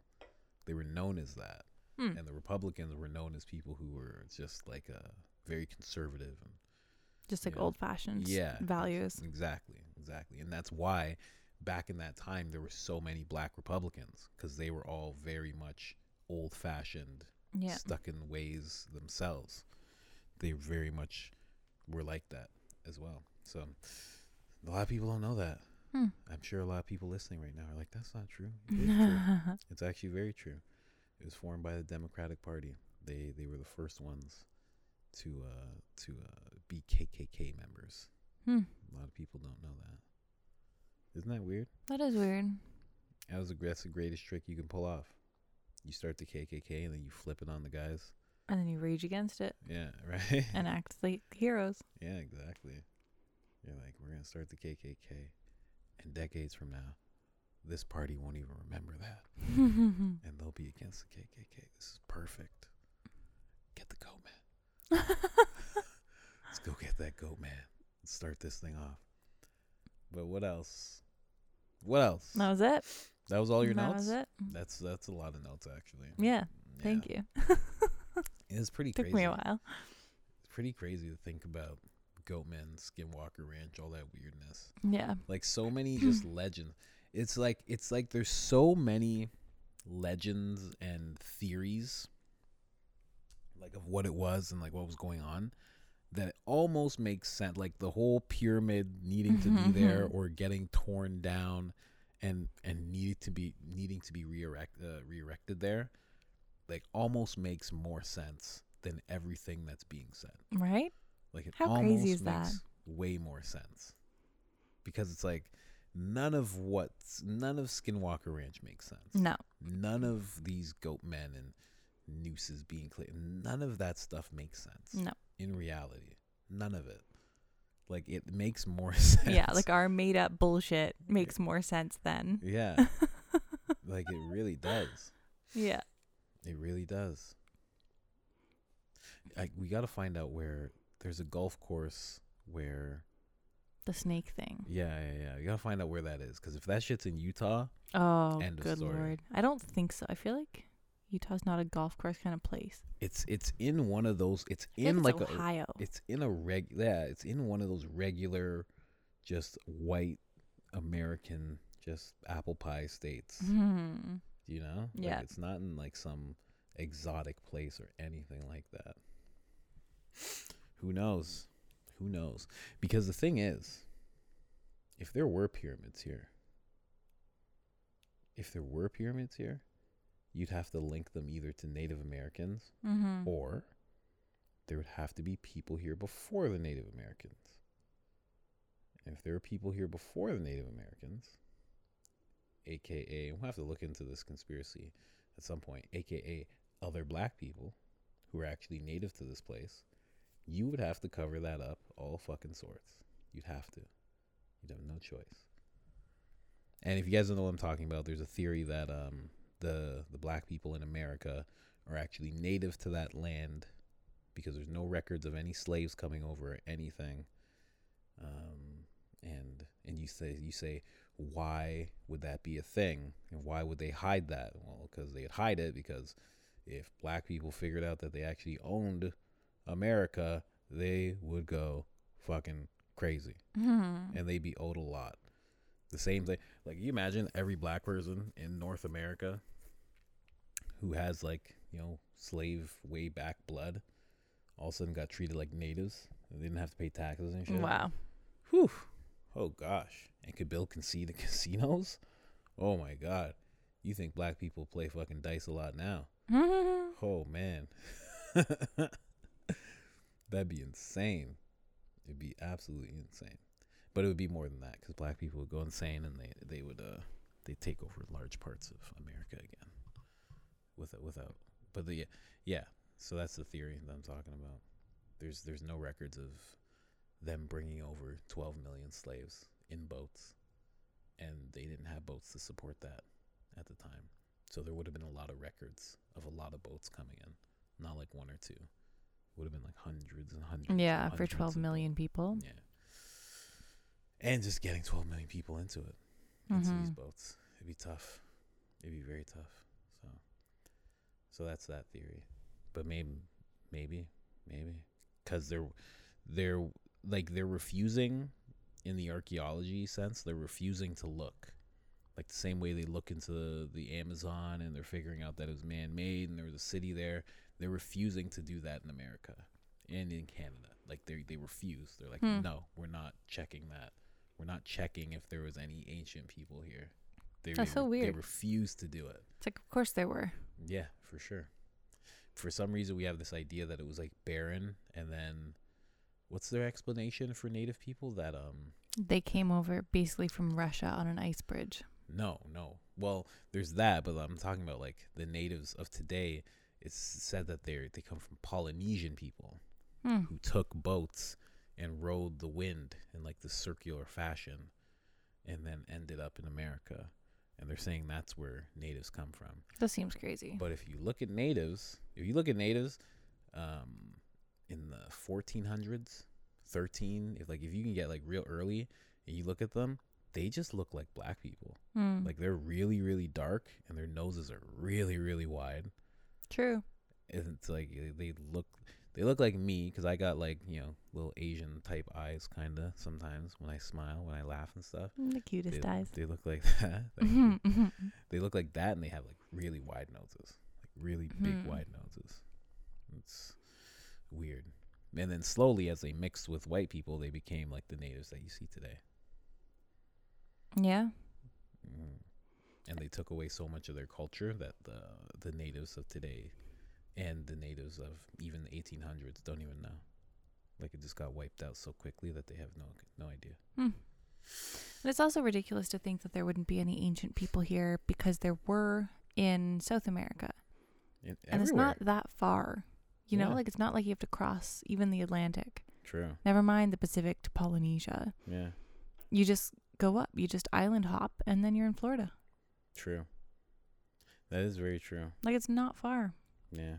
Speaker 1: They were known as that.
Speaker 2: Hmm.
Speaker 1: And the Republicans were known as people who were just like uh, very conservative and
Speaker 2: Just like
Speaker 1: Yeah.
Speaker 2: old fashioned
Speaker 1: yeah ex-
Speaker 2: values.
Speaker 1: exactly exactly and that's why back in that time there were so many black republicans because they were all very much old fashioned
Speaker 2: Yeah.
Speaker 1: stuck in ways themselves they very much were like that as well so a lot of people don't know that
Speaker 2: Hmm.
Speaker 1: i'm sure a lot of people listening right now are like that's not true It is true. it's actually very true it was formed by the democratic party they they were the first ones to uh to uh be kkk members
Speaker 2: hmm.
Speaker 1: a lot of people don't know that. Isn't that weird?
Speaker 2: That is weird.
Speaker 1: That was the, that's the greatest trick you can pull off. You start the KKK and then you flip it on the guys.
Speaker 2: And then you rage against it
Speaker 1: Yeah, right.
Speaker 2: and act like heroes.
Speaker 1: yeah, exactly. You're like, we're gonna start the KKK, and decades from now, this party won't even remember that, and they'll be against the KKK. This is perfect. Get the goat man. Let's go get that goat man. Let's start this thing off. But what else? What else?
Speaker 2: That was it.
Speaker 1: That was all your
Speaker 2: that
Speaker 1: notes.
Speaker 2: was it.
Speaker 1: That's that's a lot of notes actually.
Speaker 2: Yeah. Thank you.
Speaker 1: It's pretty
Speaker 2: Took
Speaker 1: crazy.
Speaker 2: me a while.
Speaker 1: It's pretty crazy to think about Goatman, Skinwalker Ranch, all that weirdness.
Speaker 2: Yeah.
Speaker 1: Like so many just legends. It's like it's like there's so many legends and theories like of what it was and like what was going on that it almost makes sense like the whole pyramid needing to be there or getting torn down and and needed to be needing to be re-erect, uh, re-erected there like almost makes more sense than everything that's being said
Speaker 2: Right?
Speaker 1: like it
Speaker 2: How
Speaker 1: almost
Speaker 2: crazy is that?
Speaker 1: makes way more sense because it's like none of what's none of Skinwalker Ranch makes sense.
Speaker 2: No.
Speaker 1: None of these goat men and nooses being clear. None of that stuff makes sense
Speaker 2: No.
Speaker 1: in reality. None of it. Like it makes more sense.
Speaker 2: Yeah. Like our made up bullshit makes more sense then.
Speaker 1: yeah, like it really does.
Speaker 2: yeah.
Speaker 1: It really does. Like we got to find out where there's a golf course where
Speaker 2: The snake thing.
Speaker 1: Yeah, yeah, yeah. You gotta find out where that is, because if that shit's in Utah,
Speaker 2: Oh,
Speaker 1: End of
Speaker 2: good
Speaker 1: story.
Speaker 2: lord. I don't think so. I feel like Utah's not a golf course kind of place.
Speaker 1: it's it's in one of those. It's
Speaker 2: I feel
Speaker 1: in
Speaker 2: like
Speaker 1: like
Speaker 2: it's Ohio.
Speaker 1: a. It's in a reg. Yeah, it's in one of those regular, just white American, just apple pie states.
Speaker 2: Mhm.
Speaker 1: You know. Like,
Speaker 2: Yeah.
Speaker 1: it's not in like some exotic place or anything like that. Who knows? Who knows? Because the thing is, if there were pyramids here, if there were pyramids here, you'd have to link them either to Native Americans
Speaker 2: Mhm.
Speaker 1: or there would have to be people here before the Native Americans. And if there were people here before the Native Americans, aka, we'll have to look into this conspiracy at some point, aka other black people who are actually native to this place, you would have to cover that up all fucking sorts. You'd have to. You'd have no choice. And if you guys don't know what I'm talking about, there's a theory that um, the the black people in America are actually native to that land because there's no records of any slaves coming over or anything. Um, and and you say you say why would that be a thing and why would they hide that? Well, because they'd hide it because if black people figured out that they actually owned America, they would go fucking crazy
Speaker 2: Mhm.
Speaker 1: and they'd be owed a lot. The same thing. Like you imagine every black person in North America who has like, you know, slave way back blood all of a sudden got treated like natives. They didn't have to pay taxes and shit.
Speaker 2: Wow.
Speaker 1: Whew. Oh gosh. And could Bill concede the casinos? Oh my god. You think black people play fucking dice a lot now?
Speaker 2: Mhm.
Speaker 1: Oh man. That'd be insane. It'd be absolutely insane. but it would be more than that because black people would go insane and they they would uh they take over large parts of America again without without but the yeah so that's the theory that I'm talking about there's there's no records of them bringing over 12 million slaves in boats and they didn't have boats to support that at the time so there would have been a lot of records of a lot of boats coming in not like one or two would have been like hundreds and hundreds and
Speaker 2: Yeah, for
Speaker 1: hundreds
Speaker 2: 12
Speaker 1: of boats.
Speaker 2: million people.
Speaker 1: Yeah. And just getting 12 million people into it, into these
Speaker 2: Mhm.
Speaker 1: boats, it'd be tough. It'd be very tough. So, so that's that theory. But maybe, maybe, maybe, because they're, they're like they're refusing, in the archaeology sense, they're refusing to look. Like the same way they look into the, the Amazon and they're figuring out that it was man made and there was a city there, they're refusing to do that in America and in Canada. Like they they refuse. They're like,
Speaker 2: Hmm.
Speaker 1: no, we're not checking that. We're not checking if there was any ancient people here. They,
Speaker 2: That's
Speaker 1: they
Speaker 2: so
Speaker 1: re- They
Speaker 2: weird.
Speaker 1: refuse to do it.
Speaker 2: It's like, of course there were.
Speaker 1: Yeah, for sure. For some reason, we have this idea that it was like barren, and then what's their explanation for native people? That um,
Speaker 2: They came over basically from Russia on an ice bridge.
Speaker 1: no, no. Well, there's that, but I'm talking about like the natives of today. It's said that they they come from Polynesian people.
Speaker 2: Hmm.
Speaker 1: who took boats and rode the wind in like the circular fashion and then ended up in America. And they're saying that's where natives come from.
Speaker 2: That seems crazy.
Speaker 1: But if you look at natives, if you look at natives um, in the 1400s, 13, if like if you can get like real early and you look at them, they just look like black people.
Speaker 2: Hmm.
Speaker 1: Like they're really, really dark and their noses are really, really wide
Speaker 2: True.
Speaker 1: it's like uh, they look they look like me because I got like you know little Asian type eyes kind of sometimes when I smile when I laugh and stuff.
Speaker 2: Mm, The
Speaker 1: They,
Speaker 2: cutest eyes.
Speaker 1: they look like that. Thank you.
Speaker 2: Mhm, mhm.
Speaker 1: They look like that, and they have like really wide noses, like really big
Speaker 2: Mhm.
Speaker 1: wide noses. It's weird. And then slowly, as they mixed with white people, they became like the natives that you see today.
Speaker 2: yeah.
Speaker 1: Mm. And they took away so much of their culture that the the natives of today and the natives of even the 1800s don't even know. Like it just got wiped out so quickly that they have no no idea.
Speaker 2: Hmm. And it's also ridiculous to think that there wouldn't be any ancient people here because there were in South America.
Speaker 1: And,
Speaker 2: And it's
Speaker 1: everywhere.
Speaker 2: not that far. You know,
Speaker 1: Yeah.
Speaker 2: like it's not like you have to cross even the Atlantic.
Speaker 1: true.
Speaker 2: Never mind the Pacific to Polynesia.
Speaker 1: Yeah,
Speaker 2: You just go up, you just island hop, and then you're in Florida.
Speaker 1: true. That is very true.
Speaker 2: Like it's not far.
Speaker 1: Yeah.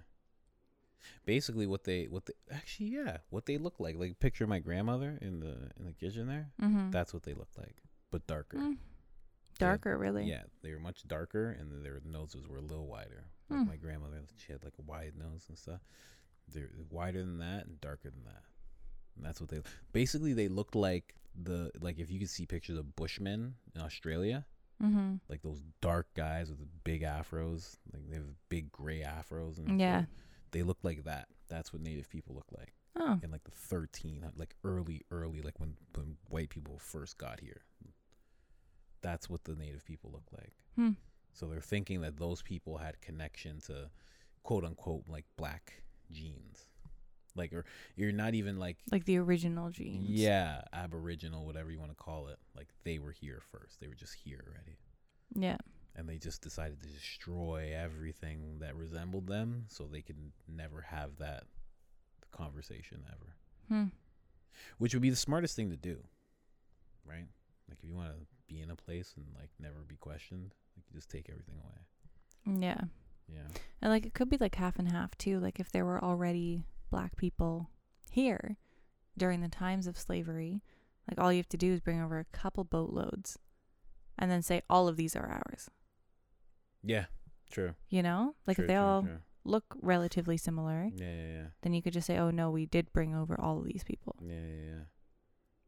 Speaker 1: Basically, what they what they actually yeah what they look like like picture my grandmother in the in the kitchen there.
Speaker 2: Mm-hmm.
Speaker 1: That's what they look like, but darker.
Speaker 2: Mm. Darker, really.
Speaker 1: Yeah, they were much darker, and their noses were a little wider. Like
Speaker 2: Hmm.
Speaker 1: my grandmother, she had like a wide nose and stuff. They're wider than that and darker than that. And that's what they basically they looked like the like if you could see pictures of Bushmen in Australia,
Speaker 2: Mm-hmm.
Speaker 1: like those dark guys with the big afros, like they have big gray afros and
Speaker 2: Yeah.
Speaker 1: shit. they look like that. That's what Native people look like
Speaker 2: Oh,
Speaker 1: in like the thirteen, hun- like early, early, like when when white people first got here. That's what the Native people look like.
Speaker 2: hmm.
Speaker 1: So they're thinking that those people had connection to quote unquote like black genes. Like or you're not even like
Speaker 2: like the original genes.
Speaker 1: yeah, aboriginal, whatever you want to call it. Like they were here first. They were just here already.
Speaker 2: Yeah.
Speaker 1: And they just decided to destroy everything that resembled them so they could never have that conversation ever.
Speaker 2: Hmm.
Speaker 1: Which would be the smartest thing to do. Right? Like if you want to be in a place and like never be questioned, like you just take everything away.
Speaker 2: Yeah.
Speaker 1: Yeah.
Speaker 2: And like it could be like half and half too. Like if there were already black people here during the times of slavery, like all you have to do is bring over a couple boatloads and then say all of these are ours.
Speaker 1: Yeah. True.
Speaker 2: You know? Like
Speaker 1: True,
Speaker 2: if they
Speaker 1: true,
Speaker 2: all
Speaker 1: true.
Speaker 2: look relatively similar,
Speaker 1: Yeah, yeah, yeah.
Speaker 2: then you could just say, Oh no, we did bring over all of these people.
Speaker 1: Yeah, yeah, yeah.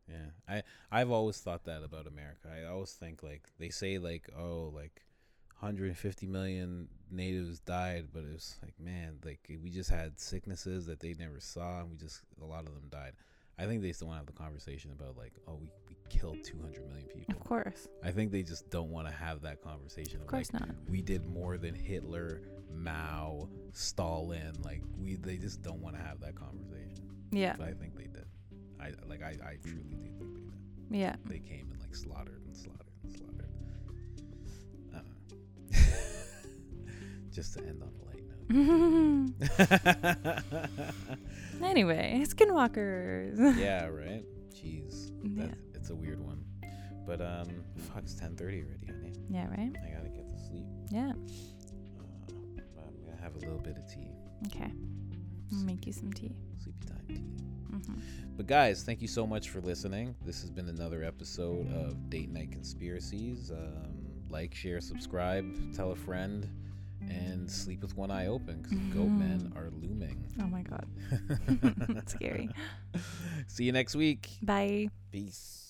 Speaker 1: Yeah. I I've always thought that about America. I always think like they say like oh like 150 million natives died, but it's like man, like we just had sicknesses that they never saw and we just a lot of them died. I think they still want to have the conversation about like oh we, we killed 200 million people.
Speaker 2: Of course.
Speaker 1: I think they just don't want to have that conversation
Speaker 2: Of
Speaker 1: like mm,
Speaker 2: course not.
Speaker 1: we did more than Hitler, Mao, Stalin. Like we they just don't want to have that conversation.
Speaker 2: Yeah.
Speaker 1: But I think they did. I like I, I truly do think they did.
Speaker 2: Yeah.
Speaker 1: They came and like slaughtered and slaughtered and slaughtered. Uh, just to end on a light note.
Speaker 2: anyway, skinwalkers.
Speaker 1: yeah, right. Jeez,
Speaker 2: Yeah.
Speaker 1: that, it's a weird one. But um, fuck, it's ten thirty already, honey.
Speaker 2: yeah, right?
Speaker 1: I gotta get to sleep.
Speaker 2: Yeah.
Speaker 1: Uh, but I'm gonna have a little bit of tea,
Speaker 2: Okay. I'll make you some tea.
Speaker 1: sleepy time tea.
Speaker 2: Mm-hmm.
Speaker 1: But guys, thank you so much for listening. This has been another episode of Date Night Conspiracies. Um, like, share, subscribe, tell a friend, and sleep with one eye open because goat men are looming.
Speaker 2: Oh my God. Scary.
Speaker 1: See you next week.
Speaker 2: Bye.
Speaker 1: Peace.